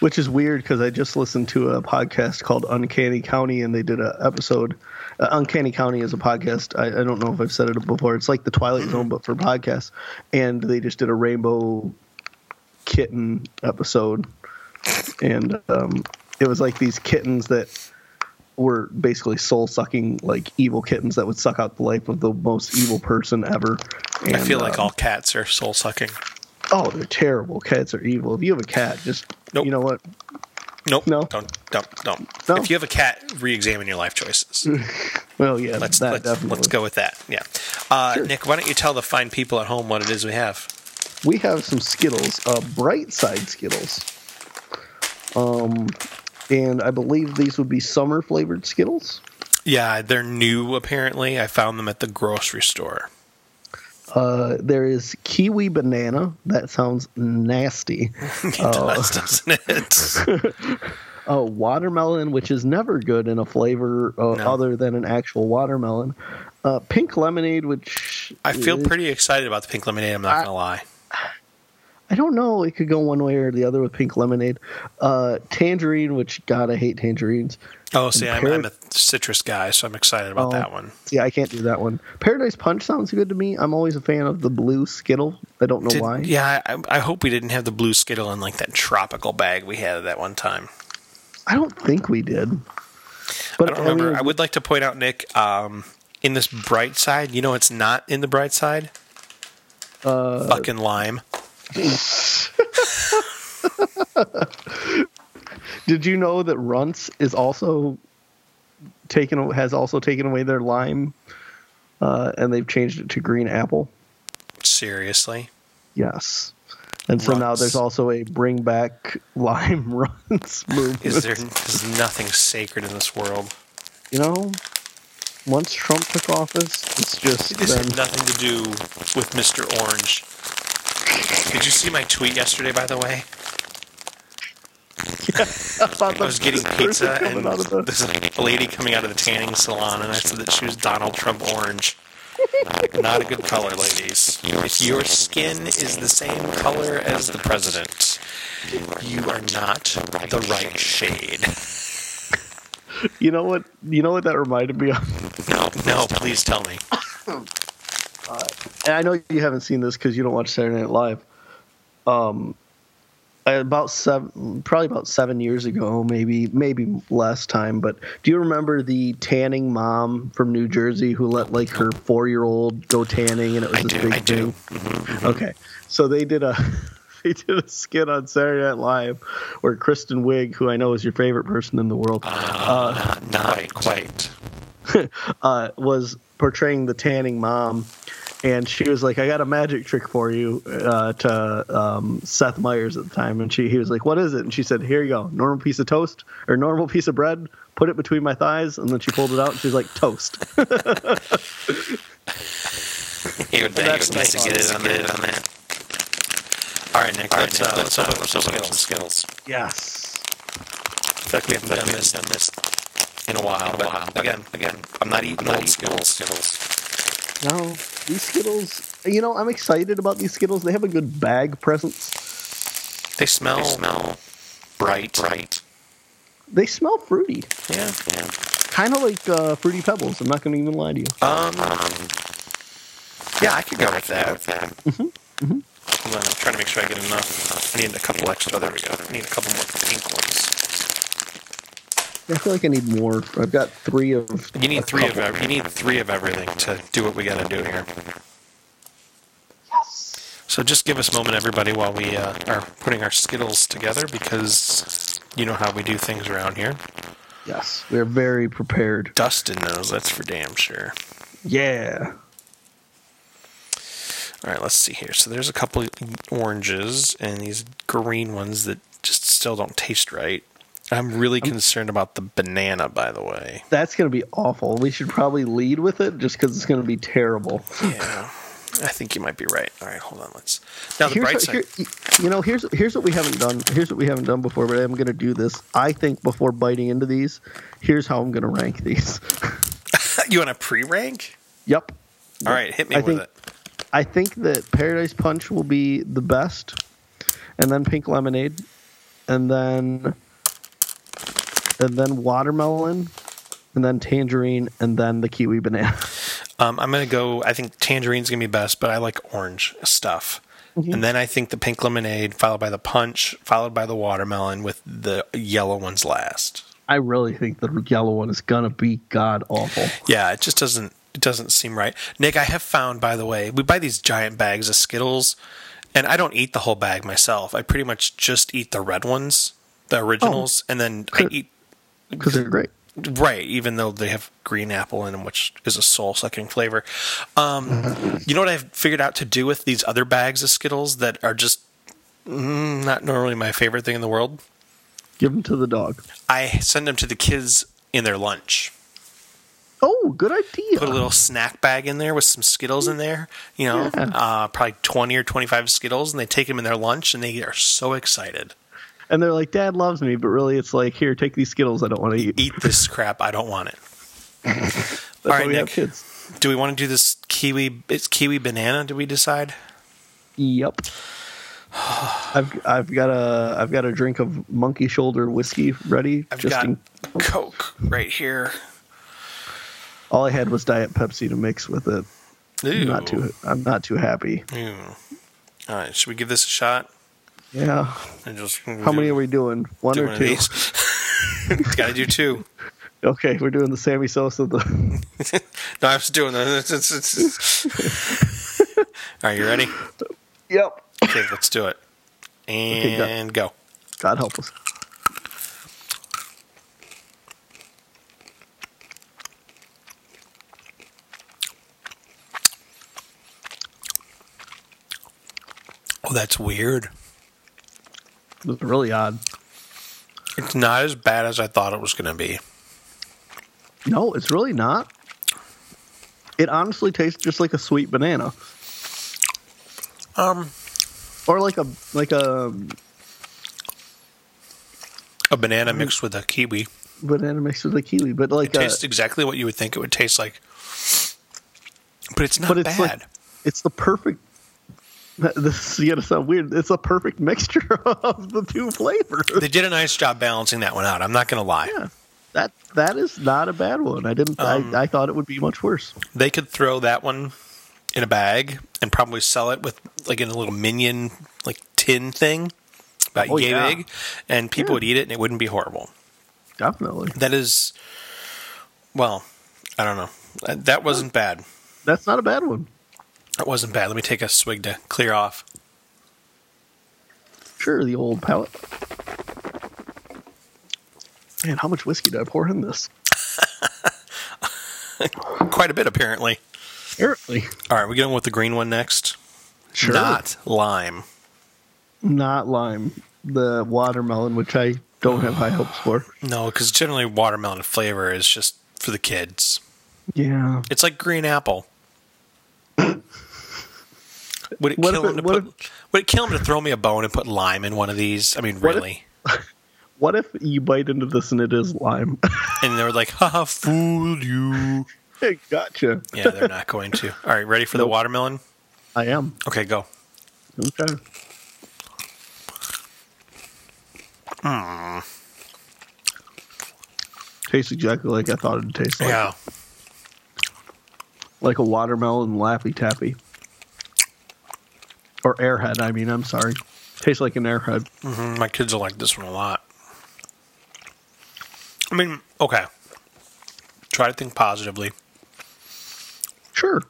C: Which is weird because I just listened to a podcast called Uncanny County, and they did a episode. Uh, Uncanny County is a podcast. I, I don't know if I've said it before. It's like the Twilight Zone, but for podcasts. And they just did a rainbow kitten episode, and um, it was like these kittens that were basically soul sucking, like evil kittens that would suck out the life of the most evil person ever.
B: I feel like
C: all.
B: all cats are soul sucking.
C: Oh, they're terrible. Cats are evil. If you have a cat, just
B: Nope.
C: you know what?
B: Nope.
C: No.
B: Don't. Don't. Don't.
C: No.
B: If you have a cat, re-examine your life
C: <laughs>
B: choices.
C: Well, yeah,
B: Let's
C: that
B: let's,
C: definitely.
B: let's go with that. Yeah. Uh, Nick, why don't you tell the fine people at home what it is we have?
C: We have some Skittles, uh, bright side Skittles, um, and I believe these would be summer flavored Skittles.
B: Yeah, they're new apparently. I found them at the grocery store. <laughs>
C: Uh, there is kiwi banana. That sounds nasty.
B: It does, doesn't
C: <laughs>
B: it?
C: Oh, watermelon, which is never good in a flavor uh, other than an actual watermelon. Uh, pink lemonade, which
B: I feel
C: is-
B: pretty excited about the pink lemonade. I'm not gonna lie.
C: I don't know. It could go one way or the other with pink lemonade. Uh, tangerine, which God, I hate tangerines.
B: Oh, see, I'm, I'm
C: compared-
B: a citrus guy, so I'm excited about
C: Oh.
B: that one.
C: See, I can't do that one. Paradise Punch sounds good to me. I'm always a fan of the blue Skittle. I don't know
B: Did-
C: why.
B: Yeah, I, I hope we didn't have the blue skittle in like that tropical bag we had at that one time.
C: I don't think we did. But
B: I don't remember.
C: mean,
B: I would like to point out, Nick, um, in this bright side, you know, it's not in the bright side. Uh, Fucking lime.
C: Did you know that Runts is also taken has also taken away their lime, uh, and they've changed it to green apple.
B: Seriously.
C: Yes. And so now
B: Runts.
C: there's also a bring back <laughs> lime runs movement.
B: Is
C: <laughs>
B: there is nothing sacred in this world?
C: you know, once Trump took office, it's just
B: This <laughs>
C: been-
B: has nothing to do with Mr. Orange. Did you see my tweet yesterday, by the way?
C: I, thought
B: I was
C: that
B: getting
C: <laughs>
B: <laughs>
C: person
B: pizza
C: coming
B: and
C: out of the-
B: there's like a lady coming out of the tanning salon, and I said that she was Donald Trump orange. Like, not a good color, ladies. If your skin is the same color as the president, you are not the right shade. <laughs>
C: you know what you know what that reminded me of. <laughs>
B: No, no, please tell me.
C: And I know you haven't seen this because you don't watch Saturday Night Live. Um, I- about seven, probably about seven years ago, maybe maybe less time. But do you remember the tanning mom from New Jersey who let like her four year old go tanning, and it was
B: I
C: this
B: do,
C: big
B: I
C: thing?
B: do.
C: Okay, so they did a <laughs> they did a skit on Saturday Night Live where Kristen Wiig, who I know is your favorite person in the world,
B: Not, Uh, not quite.
C: uh, was portraying the tanning mom, and she was like, "I got a magic trick for you." Uh, to um, Seth Meyers at the time, and she he was like, "What is it?" And she said, "Here you go, normal piece of toast or normal piece of bread. Put it between my thighs." And then she pulled it out, and she's like, "Toast."
B: He would beg us to get it on that. On that. All right, Nick. let's, uh, let's open up some Skittles. Skittles.
C: yes.
B: I feel like we haven't done this, done this in a while. But again, again, I'm not eating old Skittles. Skittles.
C: No, these Skittles. You know, I'm excited about these Skittles. They have a good bag presence.
B: They smell. smell bright. Bright.
C: They smell fruity,
B: Yeah. yeah.
C: kind of like uh, fruity pebbles. I'm not going to even lie to you.
B: Um. Yeah, I could go with that. Hold on, I'm trying to make sure I get enough. I need a couple extra. There we go. I need a couple more pink ones.
C: I feel like I need more. I've got three of.
B: You need three of every, you need three of everything to do what we got to do here. So just give us a moment, everybody, while we uh, are putting our skittles together, because you know how we do things around here.
C: Yes, we're very prepared.
B: Dustin knows that's for damn sure.
C: Yeah.
B: All right, let's see here. So there's a couple oranges and these green ones that just still don't taste right. I'm really
C: Oh.
B: concerned about the banana, by the way.
C: That's going to be awful. We should probably lead with it just because it's going to be terrible.
B: Yeah, I think you might be right. All right, hold on. Let's now the
C: Here's
B: bright
C: what-
B: side.
C: here- you know, here's here's what we haven't done. Here's what we haven't done before, but I'm going to do this. I think before biting into these, here's how I'm going to rank these. <laughs>
B: you want to pre-rank?
C: yep.
B: All right, hit me
C: I
B: with
C: think-
B: it.
C: I think that Paradise Punch will be the best, and then Pink Lemonade, and then and then watermelon, and then tangerine, and then the kiwi banana. <laughs>
B: Um, I'm gonna go. I think tangerine's gonna be best, but I like orange stuff.
C: Mm-hmm.
B: And then I think the pink lemonade, followed by the punch, followed by the watermelon, with the yellow ones last.
C: I really think the yellow one is gonna be god awful.
B: Yeah, it just doesn't. It doesn't seem right. Nick, I have found, by the way, we buy these giant bags of Skittles, and I don't eat the whole bag myself. I pretty much just eat the red ones, the originals,
C: Oh.
B: and then I
C: Good.
B: eat
C: because they're great.
B: Right, even though they have green apple in them, which is a soul sucking flavor.
C: Mm-hmm.
B: Um, you know what I've figured out to do with these other bags of Skittles that are just mm, not normally my favorite thing in the world?
C: Give them to the dog.
B: I send them to the kids in their lunch.
C: oh, good idea.
B: put a little snack bag in there with some Skittles in there, you know,
C: Yeah.
B: uh, probably 20 or 25 Skittles, and they take them in their lunch and they are so excited.
C: and they're like, Dad loves me, but really, it's like, here, take these Skittles. I don't want to eat.
B: Eat this crap. I don't want it.
C: That's
B: All
C: why
B: right,
C: we have
B: Nick.
C: kids.
B: Do we want to do this kiwi? It's kiwi banana. Did we decide?
C: Yep. I've I've got a I've got a drink of monkey shoulder whiskey ready.
B: I've
C: just
B: got
C: in,
B: Coke right here.
C: all I had was Diet Pepsi to mix with it.
B: Ooh.
C: I'm not too I'm not too happy.
B: Ooh. All right. Should we give this a shot?
C: Yeah.
B: And just
C: How many are we doing? One
B: doing
C: or
B: of
C: two?
B: these? <laughs> Gotta do two.
C: Okay, we're doing the Sammy Sosa. The <laughs>
B: No, I was doing this. It's- it's- it's- All right, you ready?
C: yep.
B: Okay, let's do it.
C: go.
B: And go.
C: God help us.
B: Oh, that's weird.
C: It's really odd.
B: It's not as bad as I thought it was going to be.
C: No, it's really not. It honestly tastes just like a sweet banana,
B: Um,
C: or like a like a um,
B: a banana
C: Mm-hmm.
B: mixed with a kiwi
C: banana mixed with a kiwi, but like a,
B: tastes exactly what you would think it would taste like, but it's not
C: but it's
B: bad.
C: like it's the perfect. <laughs> This is gonna sound weird. It's a perfect mixture <laughs> of the two flavors.
B: they did a nice job balancing that one out. I'm not going to lie.
C: yeah, that that is not a bad one. I didn't.
B: Um,
C: I, I thought it would be much worse.
B: They could throw that one in a bag and probably sell it with like in a little minion like tin thing about
C: Oh,
B: yay
C: yeah.
B: big, and people
C: Yeah.
B: would eat it and it wouldn't be horrible.
C: Definitely,
B: That is, well, I don't know. Uh, That- That wasn't bad.
C: that's not a bad one.
B: That wasn't bad. Let me take a swig to clear off.
C: Sure, the old palate. Man, how much whiskey did I pour in this?
B: Quite a bit apparently.
C: Apparently,
B: All right, we're going with the green one next.
C: sure.
B: Not lime.
C: not lime. The watermelon, which I don't have high hopes
B: <sighs>
C: for.
B: No, because generally watermelon flavor is just for the kids.
C: Yeah.
B: It's like green apple. Would it
C: What
B: kill
C: if
B: him
C: it-
B: to
C: what
B: put? would it kill him to throw me a bone and put lime in one of these? I mean,
C: What if-
B: really?
C: What if you bite into this and it is lime? <laughs>
B: and they're like, "Ha, fooled you."
C: gotcha.
B: Yeah, they're not going to. All right, ready for the
C: Nope.
B: watermelon?
C: I am.
B: Okay, go.
C: Okay. Tastes exactly like I thought it'd taste like.
B: Yeah.
C: Like a watermelon laffy taffy. Or airhead, I mean, I'm sorry. Tastes like an airhead.
B: Mm, My kids will like this one a lot. I mean, okay. Try to think positively.
C: Sure.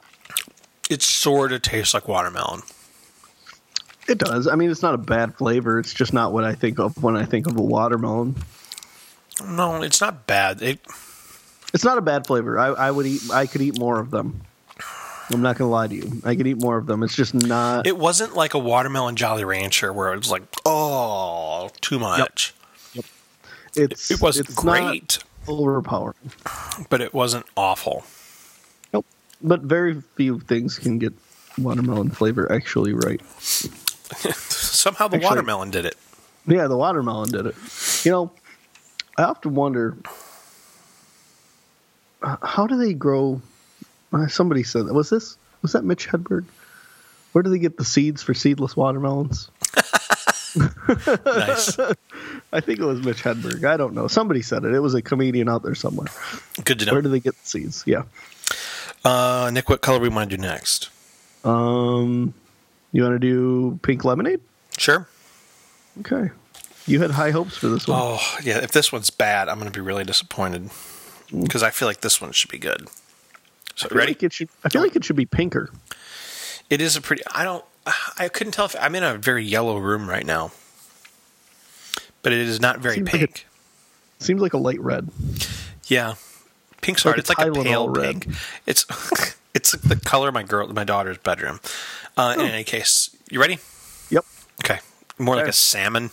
B: It sort of tastes like watermelon.
C: It does. I mean, it's not a bad flavor. It's just not what I think of when I think of a watermelon.
B: No, it's not bad. It,
C: It's not a bad flavor. I, I would eat. I could eat more of them. I'm not gonna lie to you. I could eat more of them. It's just not.
B: it wasn't like a watermelon Jolly Rancher where it was like, oh, too much.
C: it's
B: It wasn't
C: it's not
B: great,
C: overpowering.
B: but it wasn't awful.
C: Nope. But very few things can get watermelon flavor actually right.
B: Somehow the
C: Actually-
B: watermelon did it.
C: Yeah, the watermelon did it. You know, I often wonder uh, how do they grow? Uh, somebody said that. Was this was that Mitch Hedberg? Where do they get the seeds for seedless watermelons? <laughs>
B: Nice.
C: I think it was Mitch Hedberg. I don't know. Somebody said it. It was a comedian out there somewhere.
B: Good to
C: Where
B: know.
C: do they get the seeds? Yeah.
B: Uh, Nick, what color we want to do next?
C: Um, you want to do pink lemonade?
B: Sure.
C: Okay. You had high hopes for this one.
B: Oh, yeah. If this one's bad, I'm going to be really disappointed because I feel like this one should be good. So,
C: I feel
B: ready?
C: Like it should. I feel like it should be pinker.
B: It is a pretty. I don't. I couldn't tell if I'm in a very yellow room right now, but it is not very
C: Seems like
B: pink.
C: Seems like a light red.
B: yeah, pink's
C: Like
B: hard.
C: a
B: It's like a
C: Tylenol
B: pale
C: red.
B: pink. It's <laughs> it's the color of my girl, my daughter's bedroom. Uh,
C: Oh.
B: In any case, you ready?
C: Yep.
B: Okay, more like
C: Okay.
B: a salmon.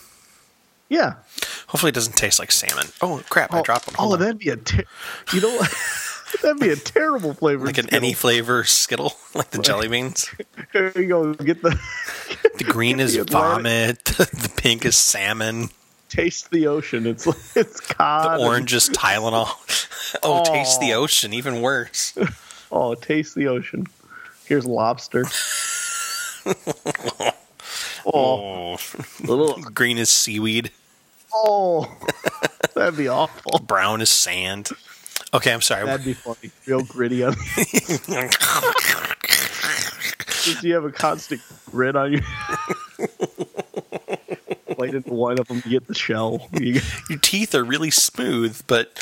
C: Yeah.
B: Hopefully, it doesn't taste like salmon. Oh crap! I dropped one.
C: Oh,
B: Hold on.
C: that'd be a. Ter- you know. <laughs> That'd be a terrible flavor.
B: Like an
C: Skittle.
B: any flavor Skittle, <laughs> like the jelly beans.
C: <laughs> There you go. Get the <laughs>
B: The green is
C: Yeah, right.
B: vomit. <laughs> The pink is salmon.
C: taste the ocean. It's <laughs> like- it's
B: The
C: cod. and-
B: orange is Tylenol. <laughs> Oh, taste the ocean, even
C: <laughs>
B: worse.
C: oh, taste the ocean. Here's
B: <laughs>
C: lobster. oh,
B: Oh,
C: little.
B: green is seaweed.
C: <laughs> Oh, that'd be awful.
B: Brown is sand. Okay, I'm sorry.
C: That'd be funny. Real gritty on. Just you have a constant grit on you. <laughs> Why didn't one of them get the shell? You got-
B: Your teeth are really smooth, but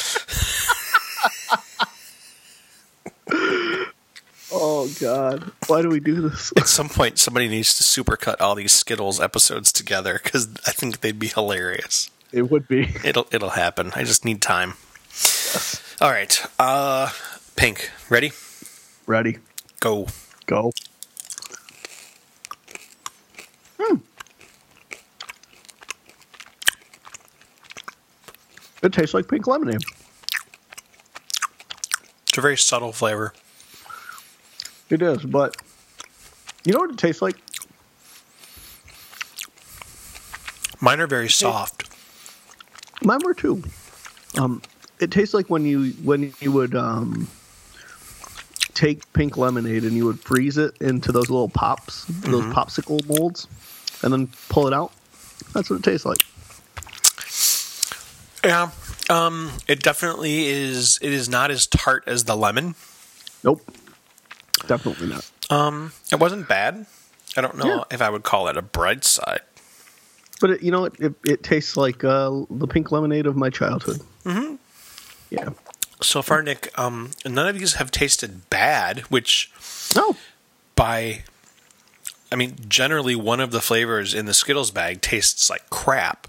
C: Oh God! Why do we do this? <laughs>
B: at some point, somebody needs to supercut all these Skittles episodes together because I think they'd be hilarious.
C: It would be
B: It'll it'll happen. I just need time. All right. Uh, pink. Ready?
C: ready.
B: Go.
C: Go. Hmm. It tastes like pink lemonade.
B: It's a very subtle flavor.
C: It is, but you know what it tastes like?
B: Mine are very soft.
C: Mine were too. Um, it tastes like when you when you would um, take pink lemonade and you would freeze it into those little pops, those
B: Mm-hmm.
C: popsicle molds, and then pull it out. That's what it tastes like.
B: Yeah. Um, it definitely is. It is not as tart as the lemon.
C: Nope, definitely not.
B: Um, it wasn't bad. I don't know
C: Yeah.
B: if I would call it a bright side.
C: But it, you know, it, it, it tastes like uh, the pink lemonade of my childhood. Mm-hmm. Yeah.
B: So far, Nick, um, none of these have tasted bad, which
C: No.
B: by, I mean, generally one of the flavors in the Skittles bag tastes like crap.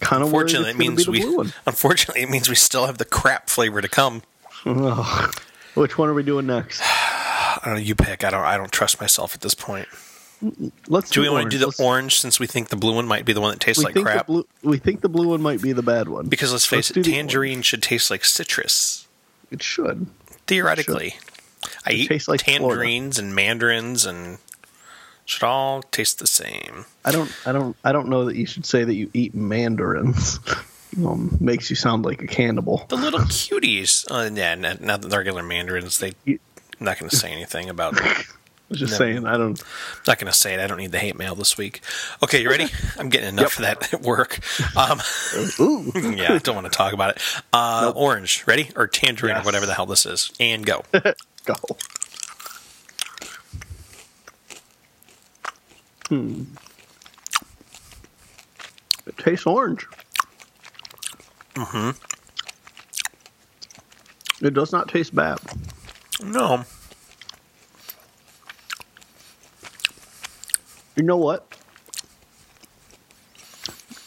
C: Kind of worried it's
B: Fortunately,
C: going
B: it
C: to be
B: means
C: the
B: we.
C: blue one.
B: <laughs> Unfortunately, it means we still have the crap flavor to come.
C: Ugh. Which one are we doing next?
B: I don't know. You pick. I don't. I don't trust myself at this point.
C: Let's
B: Do we want to do the
C: Let's-
B: orange since we think the blue one might be the one that tastes
C: We
B: like
C: think
B: crap?
C: the blue. We think the blue one might be the bad one
B: Because let's
C: Let's
B: face
C: do
B: it,
C: the
B: tangerine should taste like citrus.
C: it should.
B: Theoretically, I eat
C: tastes like Florida.
B: tangerines and mandarins and should all taste the same.
C: I don't. I don't. I don't know that you should say that you eat mandarins. <laughs> um, makes you sound like a cannibal.
B: The little cuties, uh, yeah, not, not the regular mandarins. They
C: You-
B: I'm not going to say anything about.
C: I was just
B: No.
C: saying. I don't.
B: not going to say it. I don't need the hate mail this week. Okay, you ready?
C: <laughs>
B: I'm getting enough of that <laughs> at work. Um,
C: Ooh.
B: <laughs> yeah, I don't want to talk about it. Uh, Orange, ready or tangerine or
C: Yes.
B: whatever the hell this is, and
C: <laughs>
B: go.
C: Go. Hmm. It tastes orange. Mm-hmm. It does not taste bad.
B: no,
C: You know what?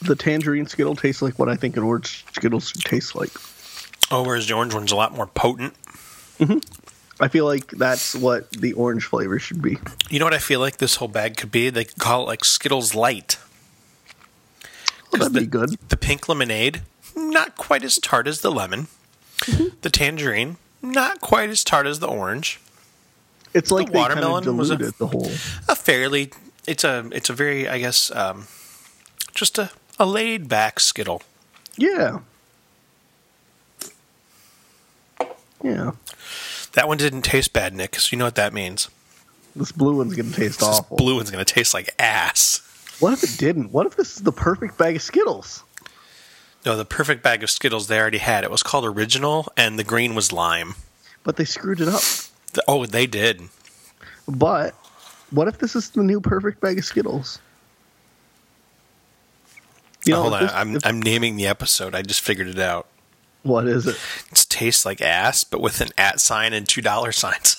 C: The tangerine Skittle tastes like what I think an orange Skittle tastes like.
B: oh, whereas the orange one's a lot more potent.
C: I feel like that's what the orange flavor should be.
B: You know what I feel like this whole bag could be? They could call it like Skittles Light.
C: Well, that'd
B: the,
C: be good.
B: The pink lemonade, not quite as tart as the lemon.
C: Mm-hmm.
B: The tangerine, not quite as tart as the orange.
C: It's like they kind of
B: watermelon was a-
C: diluted the whole.
B: A fairly, it's a, it's a very, I guess, um, just a, a laid back Skittle.
C: Yeah. Yeah.
B: That one didn't taste bad, Nick. So you know what that means.
C: This blue one's gonna taste
B: This
C: awful.
B: blue one's gonna taste like ass.
C: What if it didn't? What if this is the perfect bag of Skittles?
B: No, the perfect bag of Skittles they already had. It was called original, and the green was lime.
C: But they screwed it up.
B: The- oh, they did.
C: But what if this is the new perfect bag of Skittles? You know,
B: Oh, Hold
C: if
B: on,
C: this-
B: I'm,
C: if-
B: I'm naming the episode. I just figured it out.
C: what
B: <laughs>
C: is it?
B: It tastes like ass, but with an at sign and two dollar signs.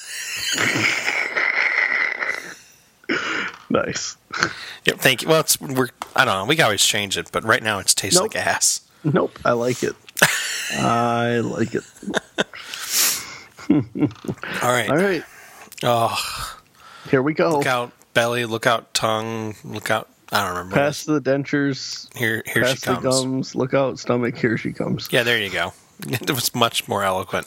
C: Nice.
B: <laughs> yep, thank you. Well, it's we're I don't know. We can always change it, but right now it tastes
C: Nope.
B: like ass.
C: Nope, I
B: <laughs>
C: like it. I like it.
B: All right.
C: All right,
B: Oh,
C: here we go.
B: look out belly, look out tongue, look out. I don't remember.
C: Past the dentures,
B: here, here she
C: past the
B: comes.
C: gums. Look out, stomach. Here she comes.
B: Yeah, there you go. <laughs> It was much more eloquent.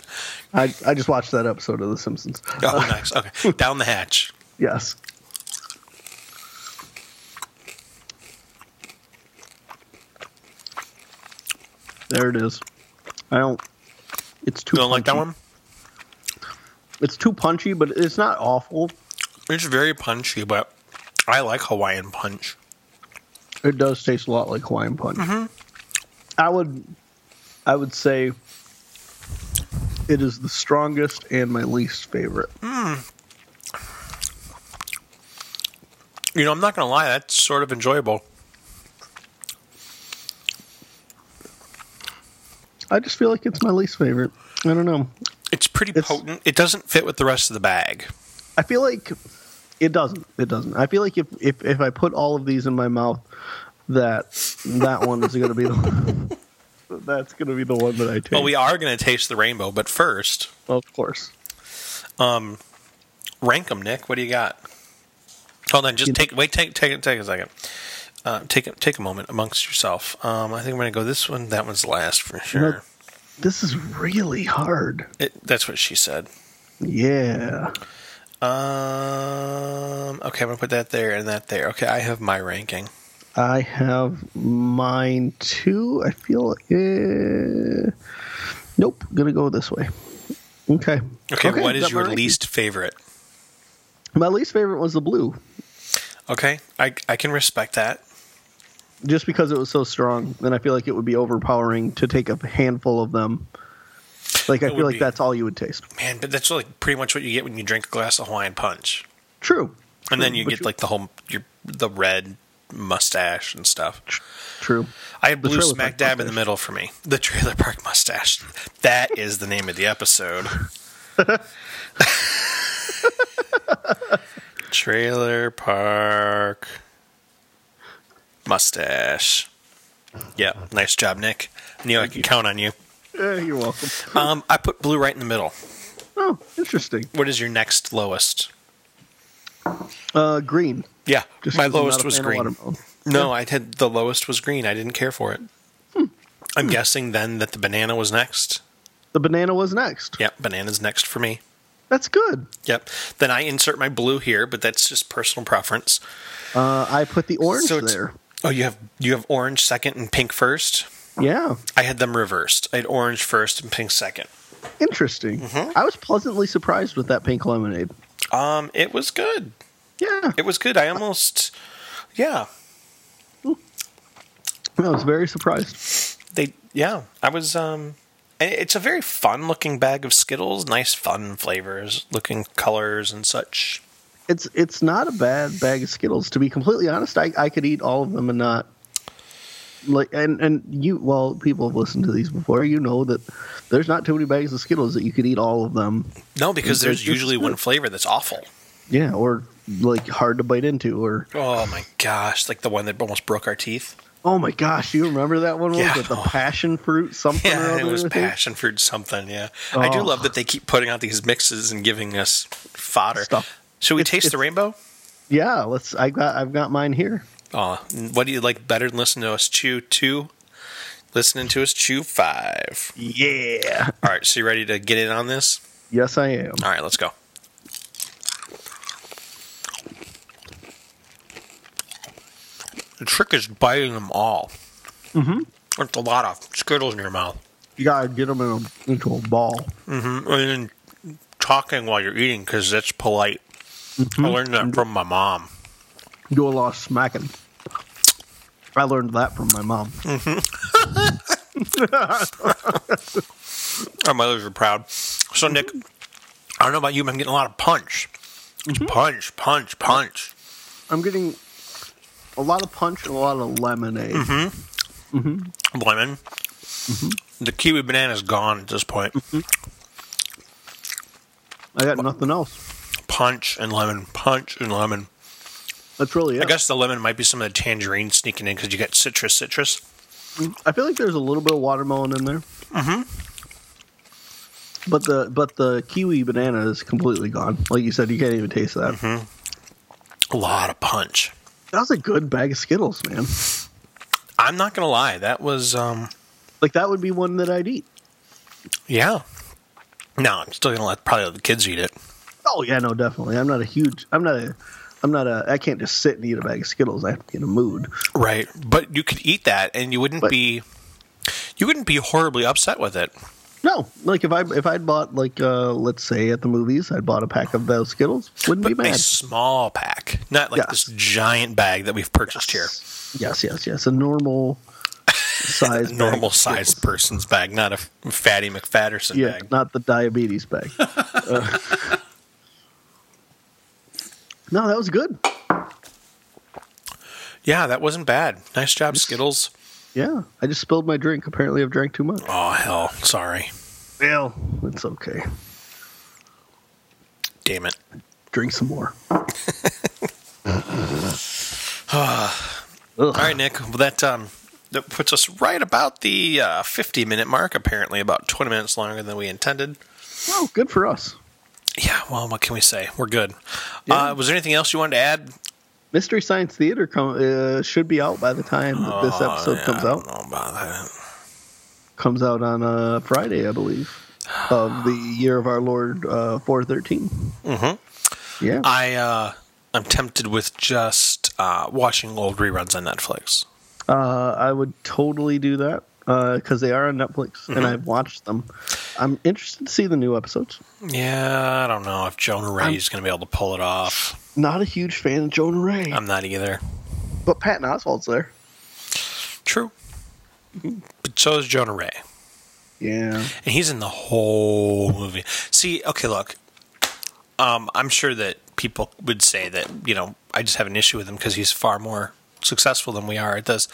C: I, I just watched that episode of The Simpsons.
B: <laughs> Oh, nice. Okay. Down the hatch.
C: Yes. There it is. I don't. It's too.
B: You don't like that
C: punchy.
B: one?
C: It's too punchy, but it's not awful.
B: It's very punchy, but I like Hawaiian punch.
C: It does taste a lot like Hawaiian punch.
B: Mm-hmm.
C: I would, I would say, it is the strongest and my least favorite.
B: You know, I'm not going to lie, that's sort of enjoyable.
C: I just feel like it's my least favorite. I don't know.
B: It's pretty
C: It's-
B: potent. It doesn't fit with the rest of the bag.
C: I feel like it doesn't. It doesn't. I feel like if if, if I put all of these in my mouth, that that one is going to be the one. <laughs> That's going to be the one that I take.
B: Well, we are going to taste the rainbow, but first,
C: of course.
B: rank them, Nick. What do you got? Hold on, just
C: You know-
B: take wait, take take take a second. Uh, take a- take a moment amongst yourself. Um, I think I'm going to go this one. That one's last for sure.
C: know- This is really hard.
B: It, that's what she said.
C: Yeah.
B: Um, okay, I'm gonna put that there and that there. Okay, I have my ranking.
C: I have mine too. I feel eh, Nope, gonna go this way. Okay.
B: Okay, what
C: is
B: is
C: that my
B: your
C: ranking?
B: least favorite?
C: My least favorite was the blue,
B: Okay, I I can respect that.
C: just because it was so strong. Then I feel like it would be overpowering to take a handful of them. Like I
B: It would
C: feel like
B: be.
C: that's all you would taste.
B: Man, but that's like pretty much what you get when you drink a glass of Hawaiian punch,
C: True.
B: and then you
C: But
B: get
C: you-
B: like the whole your the red mustache and stuff.
C: True.
B: I had
C: The
B: blue
C: trailer
B: smack
C: park
B: dab in the
C: mustache.
B: middle for me. The trailer park mustache. That is the name of the
C: <laughs>
B: episode. trailer park mustache. Yeah, nice job, Nick. I knew I could count on you.
C: Eh, you're welcome.
B: Um, I put blue right in the middle.
C: Oh, interesting.
B: What is your next lowest?
C: Uh, green.
B: Yeah,
C: Just
B: my
C: 'cause I'm
B: lowest
C: not a
B: was
C: fan of
B: green.
C: watermelon.
B: No, I had the lowest was green. I didn't care for it.
C: Hmm.
B: I'm guessing then that the banana was next.
C: The banana was next.
B: Yep, banana's next for me.
C: That's good.
B: Yep. Then I insert my blue here, but that's just personal preference.
C: Uh, I put the orange
B: So it's-
C: there.
B: Oh, you have you have orange second and pink first.
C: Yeah.
B: I had them reversed. I had orange first and pink second.
C: Interesting.
B: Mm-hmm.
C: I was pleasantly surprised with that pink lemonade.
B: Um, it was good.
C: Yeah,
B: It was good. I almost, yeah,
C: I was very surprised.
B: they, yeah, I was. Um, and it's a very fun looking bag of Skittles. Nice fun flavors, looking colors and such.
C: It's it's not a bad bag of Skittles. To be completely honest, I, I could eat all of them and not like and and you well people have listened to these before. You know that there's not too many bags of Skittles that you could eat all of them.
B: No, because
C: They're
B: there's
C: just
B: usually one
C: good.
B: flavor that's awful.
C: Yeah, or like hard to bite into, or
B: Oh my gosh, like the one that almost broke our teeth.
C: oh my gosh, you remember that one? What
B: Yeah.
C: was it the passion fruit something? or
B: Yeah, it
C: other,
B: was
C: I think?
B: passion fruit something. Yeah, I do
C: Oh.
B: love that they keep putting out these mixes and giving us fodder.
C: Stuff.
B: Should we
C: It's-
B: taste the
C: it's-
B: rainbow?
C: Yeah, let's. I got I've got mine here.
B: Oh, what do you like better than listening to us chew two? Listening to us chew five.
C: Yeah.
B: All right, so you ready to get in on this?
C: Yes, I am.
B: All right, let's go. The trick is biting them all. Mm-hmm. It's a lot of skittles in your mouth,
C: You gotta get them in a, into a ball.
B: and then talking while you're eating because that's polite. I learned that from my mom.
C: do a lot of smacking. I learned that from my mom.
B: Our mothers are proud. So Nick, I don't know about you, but I'm getting a lot of punch. It's Punch, punch, punch.
C: I'm getting a lot of punch and a lot of lemonade.
B: Mm-hmm. Lemon. The kiwi banana's gone at this point.
C: I got nothing else.
B: Punch and lemon. Punch and lemon.
C: That's really it.
B: I guess the lemon might be some of the tangerine sneaking in because you get citrus, citrus.
C: I feel like there's a little bit of watermelon in there. Mm-hmm. But the but the kiwi banana is completely gone. Like you said, you can't even taste that.
B: Mm-hmm. A lot of punch.
C: That was a good bag of Skittles, man.
B: I'm not gonna lie, that was um,
C: Like that would be one that I'd eat.
B: Yeah. No, I'm still gonna let probably let the kids eat it.
C: Oh yeah, no, definitely. I'm not a huge. I'm not a. I'm not a. I can't just sit and eat a bag of Skittles. I have to be in a mood.
B: Right. But you could eat that and you wouldn't
C: But-
B: be you wouldn't be horribly upset with it.
C: No, like if I if I'd bought like uh let's say at the movies I'd bought a pack of those Skittles, wouldn't
B: But
C: be mad.
B: a small pack. Not like
C: Yes.
B: this giant bag that we've purchased
C: Yes, yes, yes.
B: <laughs>
C: A normal size.
B: here.
C: bag
B: Normal
C: of
B: sized
C: Skittles.
B: person's bag, not a fatty McFadderson
C: Yeah,
B: bag.
C: not the diabetes
B: <laughs>
C: bag. Uh, <laughs> no, that was good.
B: Yeah, that wasn't bad. Nice job, Skittles.
C: Yeah, I just spilled my drink. Apparently, I've drank too much.
B: Oh hell, sorry.
C: Well, it's okay.
B: Damn it.
C: Drink
B: <laughs>
C: some
B: <sighs>
C: more.
B: All right, Nick. Well, that um, that puts us right about the uh, fifty-minute mark. Apparently, about twenty minutes longer than we intended.
C: Oh, good for us.
B: Yeah. Well, what can we say? We're good.
C: Yeah.
B: Uh, was there anything else you wanted to add?
C: Mystery Science Theater com- uh, should be out by the time that this episode comes
B: Oh, I
C: out.
B: don't know about that.
C: Comes out on uh, Friday, I believe, of the year of our Lord uh, four thirteen. Mm-hmm. Yeah.
B: I uh, I'm tempted with just uh, watching old reruns on Netflix.
C: Uh, I would totally do that because they are on Netflix and I've watched them. I'm interested to see the new episodes.
B: Yeah, I don't know if Jonah Ray's going to be able to pull it off.
C: Not a huge fan of Jonah Ray,
B: I'm not either.
C: but Patton Oswald's there.
B: True. But so is Jonah Ray.
C: Yeah.
B: And he's in the whole movie. See, okay, look. Um, I'm sure that people would say that, you know, I just have an issue with him because he's far more successful than we are at this.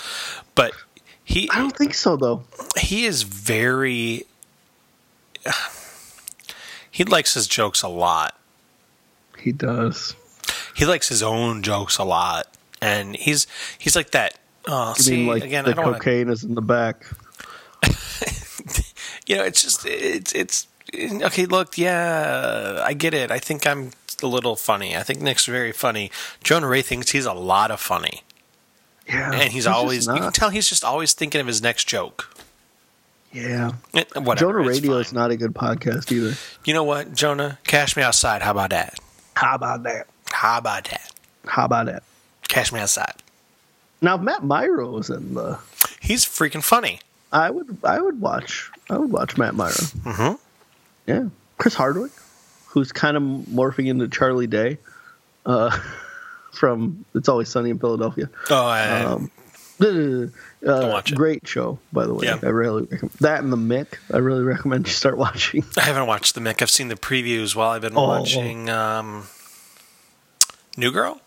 B: But he
C: I don't think so though.
B: he is very he likes his jokes a lot.
C: He does.
B: He likes his own jokes a lot. And he's he's like that uh
C: I
B: see
C: mean, like
B: again
C: the
B: I don't wanna,
C: cocaine is in the back.
B: you know, it's just it's it's okay. Look, yeah, I get it. I think I'm a little funny. I think Nick's very funny. Jonah Ray thinks he's a lot of funny,
C: Yeah.
B: and he's,
C: Uh, just
B: always you can
C: not-
B: tell he's just always thinking of his next joke.
C: yeah.
B: Eh, Whatever,
C: Jonah
B: it's
C: Radio is
B: fine.
C: not a good podcast either.
B: You know what, Jonah? Cash me outside. How about that?
C: How about that?
B: How about that?
C: How about that?
B: Cash me outside.
C: Now Matt Myro is in the.
B: He's freaking funny.
C: I would I would watch I would watch Matt Myra. Mm-hmm. Yeah, Chris Hardwick, who's kind of morphing into Charlie Day, uh, <laughs> from It's Always Sunny in Philadelphia. <laughs>
B: Oh, I,
C: Um, uh,
B: watch it.
C: great show, by the way.
B: Yeah.
C: I really recommend that and the Mick. I really <laughs> recommend you start watching.
B: I haven't watched the Mick. I've seen the previews while I've been
C: Oh.
B: watching um, New Girl.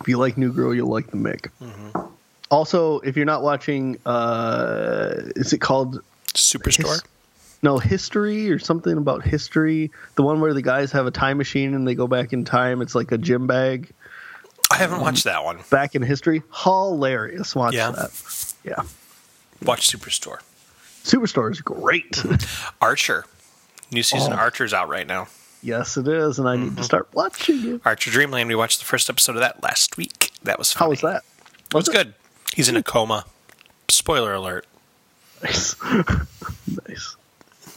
C: If you like New Girl, you'll like the Mick.
B: Mm-hmm.
C: Also, if you're not watching, uh, is it called
B: Superstore.
C: His- no, history or something about history. The one where the guys have a time machine and they go back in time. It's like a gym bag
B: I haven't watched
C: Um,
B: that one.
C: back in history. Hilarious. Watch
B: Yeah.
C: that. Yeah.
B: Watch Superstore.
C: Superstore is great.
B: Mm-hmm. Archer. New season
C: Oh.
B: of Archer's out right now.
C: <laughs> yes, it is. And I need
B: Mm-hmm.
C: to start watching it.
B: Archer Dreamland. We watched the first episode of that last week. That was funny.
C: How was that?
B: It was good. He's in a coma. Spoiler alert.
C: Nice. <laughs> nice.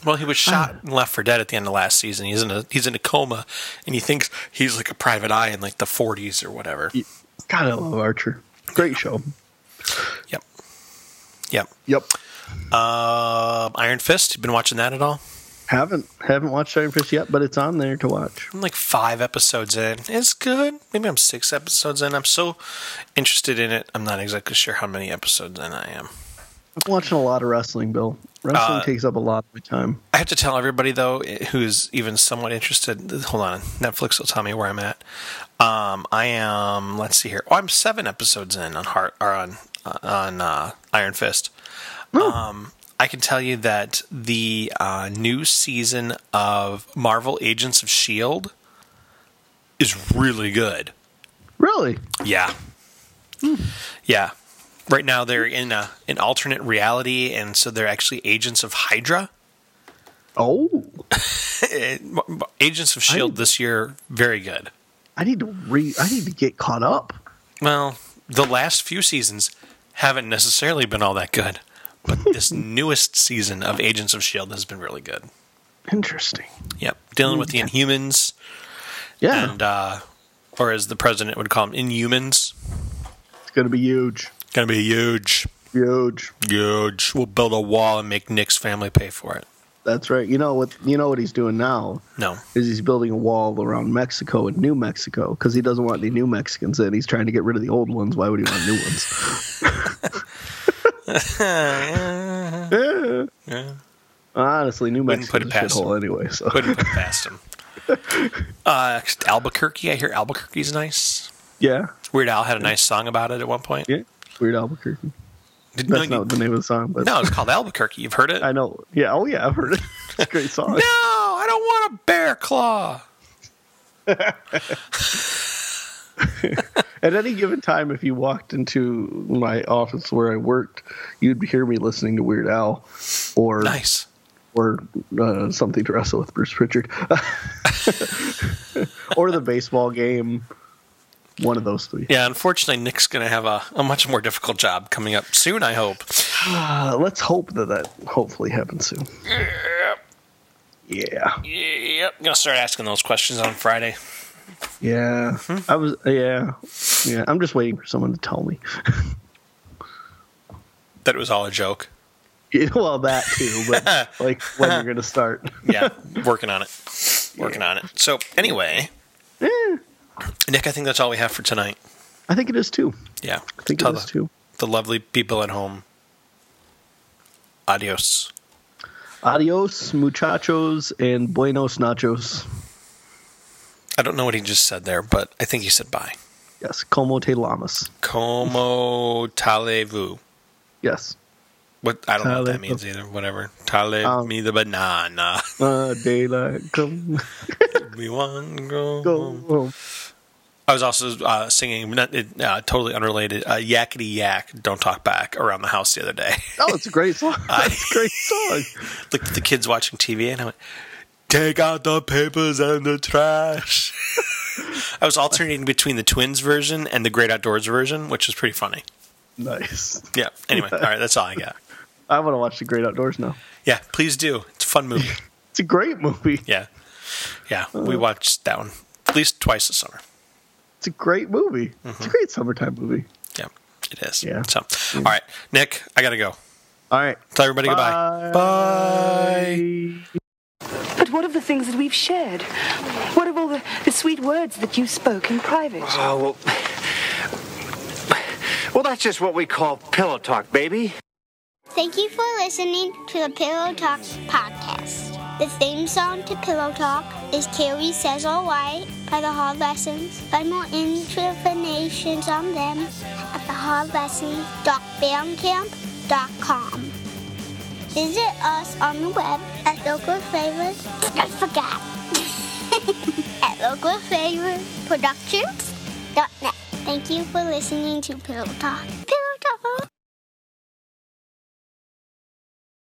B: Well, he was shot and left for dead at the end of last season. He's in a he's in a coma, and he thinks he's like a private eye in like the 40s or whatever.
C: God, I love Archer. Great show.
B: Yep. Yep.
C: Yep.
B: Uh, Iron Fist. You been watching that at all?
C: Haven't haven't watched Iron Fist yet, but it's on there to watch.
B: I'm like five episodes in. It's good. Maybe I'm six episodes in. I'm so interested in it. I'm not exactly sure how many episodes in I am.
C: I'm watching a lot of wrestling, Bill. Wrestling
B: Uh,
C: takes up a lot of my time.
B: I have to tell everybody though who's even somewhat interested. Hold on, Netflix will tell me where I'm at. Um, I am. Let's see here. Oh, I'm seven episodes in on Heart or on uh, on uh, Iron Fist. Um, I can tell you that the uh, new season of Marvel Agents of Shield E is really good.
C: Really?
B: Yeah. Yeah. Right now they're in a, an alternate reality, and so they're actually agents of Hydra.
C: Oh.
B: Eh, m- m- Agents of Shield E this year, very good.
C: I need to re. I need to get caught up.
B: Well, the last few seasons haven't necessarily been all that good,
C: <laughs>
B: But this newest season of Agents of Shield E has been really good.
C: Interesting.
B: Yep, dealing with the Inhumans
C: Mm, Yeah,
B: and, uh, or as the president would call them, Inhumans.
C: it's gonna be huge,
B: Gonna be huge,
C: huge.
B: huge. We'll build a wall and make Nick's family pay for it.
C: That's right. You know what? You know what he's doing now
B: No,
C: is he's building a wall around Mexico and New Mexico because he doesn't want any new Mexicans in. He's trying to get rid of the old ones. Why would he want new ones?
B: <laughs>
C: Yeah. Honestly, New
B: Wouldn't put
C: Mexico's a
B: it past
C: shithole anyway. So
B: couldn't put it past him. Uh, Albuquerque. I hear Albuquerque's nice.
C: <laughs> yeah,
B: Weird Al had a nice song about it at one point.
C: yeah. Weird Albuquerque.
B: Did-
C: That's
B: no,
C: not the name of the song, but
B: no, it's called Albuquerque. You've heard it?
C: I know. Yeah. Oh yeah, I've heard it. It's
B: <laughs>
C: a great song.
B: No, I don't want a bear claw.
C: At any given time, if you walked into my office where I worked, you'd hear me listening to Weird Al, or
B: Nice.
C: or uh, something to wrestle with Bruce
B: <laughs>
C: Pritchard, or the baseball game. One of those three.
B: Yeah, unfortunately, Nick's going to have a, a much more difficult job coming up soon, I hope.
C: Uh, let's hope that that hopefully happens soon. Yeah.
B: Yep, going to start asking those questions on Friday.
C: Yeah.
B: Mm-hmm.
C: I was. Yeah. Yeah. I'm just waiting for someone to tell me. <laughs>
B: That was all a joke.
C: Yeah, well, that too,
B: <laughs>
C: but like when you're gonna start.
B: Yeah, <laughs> working on it. Working on it. So, anyway,
C: Eh,
B: Nick, I think that's all we have for tonight.
C: I think it is too.
B: Yeah.
C: I think
B: Tell
C: it is
B: the-
C: too.
B: the lovely people at home. Adios.
C: Adios, muchachos, and buenos nachos.
B: I don't know what he just said there, but I think he said bye.
C: Yes, como te lamas. <laughs>
B: Como talevu.
C: Yes.
B: What I don't know what that
C: Talevu.
B: means either. Whatever. Tale
C: Um,
B: me the banana. <laughs>
C: Uh, daylight, come
B: we want go.
C: go home.
B: I was also uh, singing, not, it, uh, totally unrelated, uh, Yakety Yak, Don't Talk Back around the house the other day. <laughs>
C: Oh, it's a great song. <laughs> That's a great song.
B: Looked at the kids watching TV and I went, Take out the papers and the trash. <laughs> I was alternating between the twins version and the great outdoors version, which was pretty funny.
C: Nice.
B: Yeah. Anyway, all right, that's all I got.
C: I want to watch The Great Outdoors now.
B: Yeah, please do. It's a fun <laughs> movie.
C: It's a great movie.
B: Yeah. Yeah. We watched that one at least twice this summer.
C: It's a great movie. It's a great summertime movie.
B: Yeah, it is.
C: Yeah.
B: So, all right, Nick, I got to go.
C: All right.
B: Tell everybody goodbye. Bye.
E: But what of the things that we've shared? What of all the, the sweet words that you spoke in private?
F: Oh, well. Well, that's just what we call pillow talk, baby.
G: Thank you for listening to the Pillow Talk podcast. The theme song to Pillow Talk is Carrie Says All Right by The Hard Lessons. Find more informations on them at thehardlessons.bandcamp.com. Visit us on the web at local favors. I forgot. <laughs> at local favor productions.net. Thank you for listening to Pillow Talk.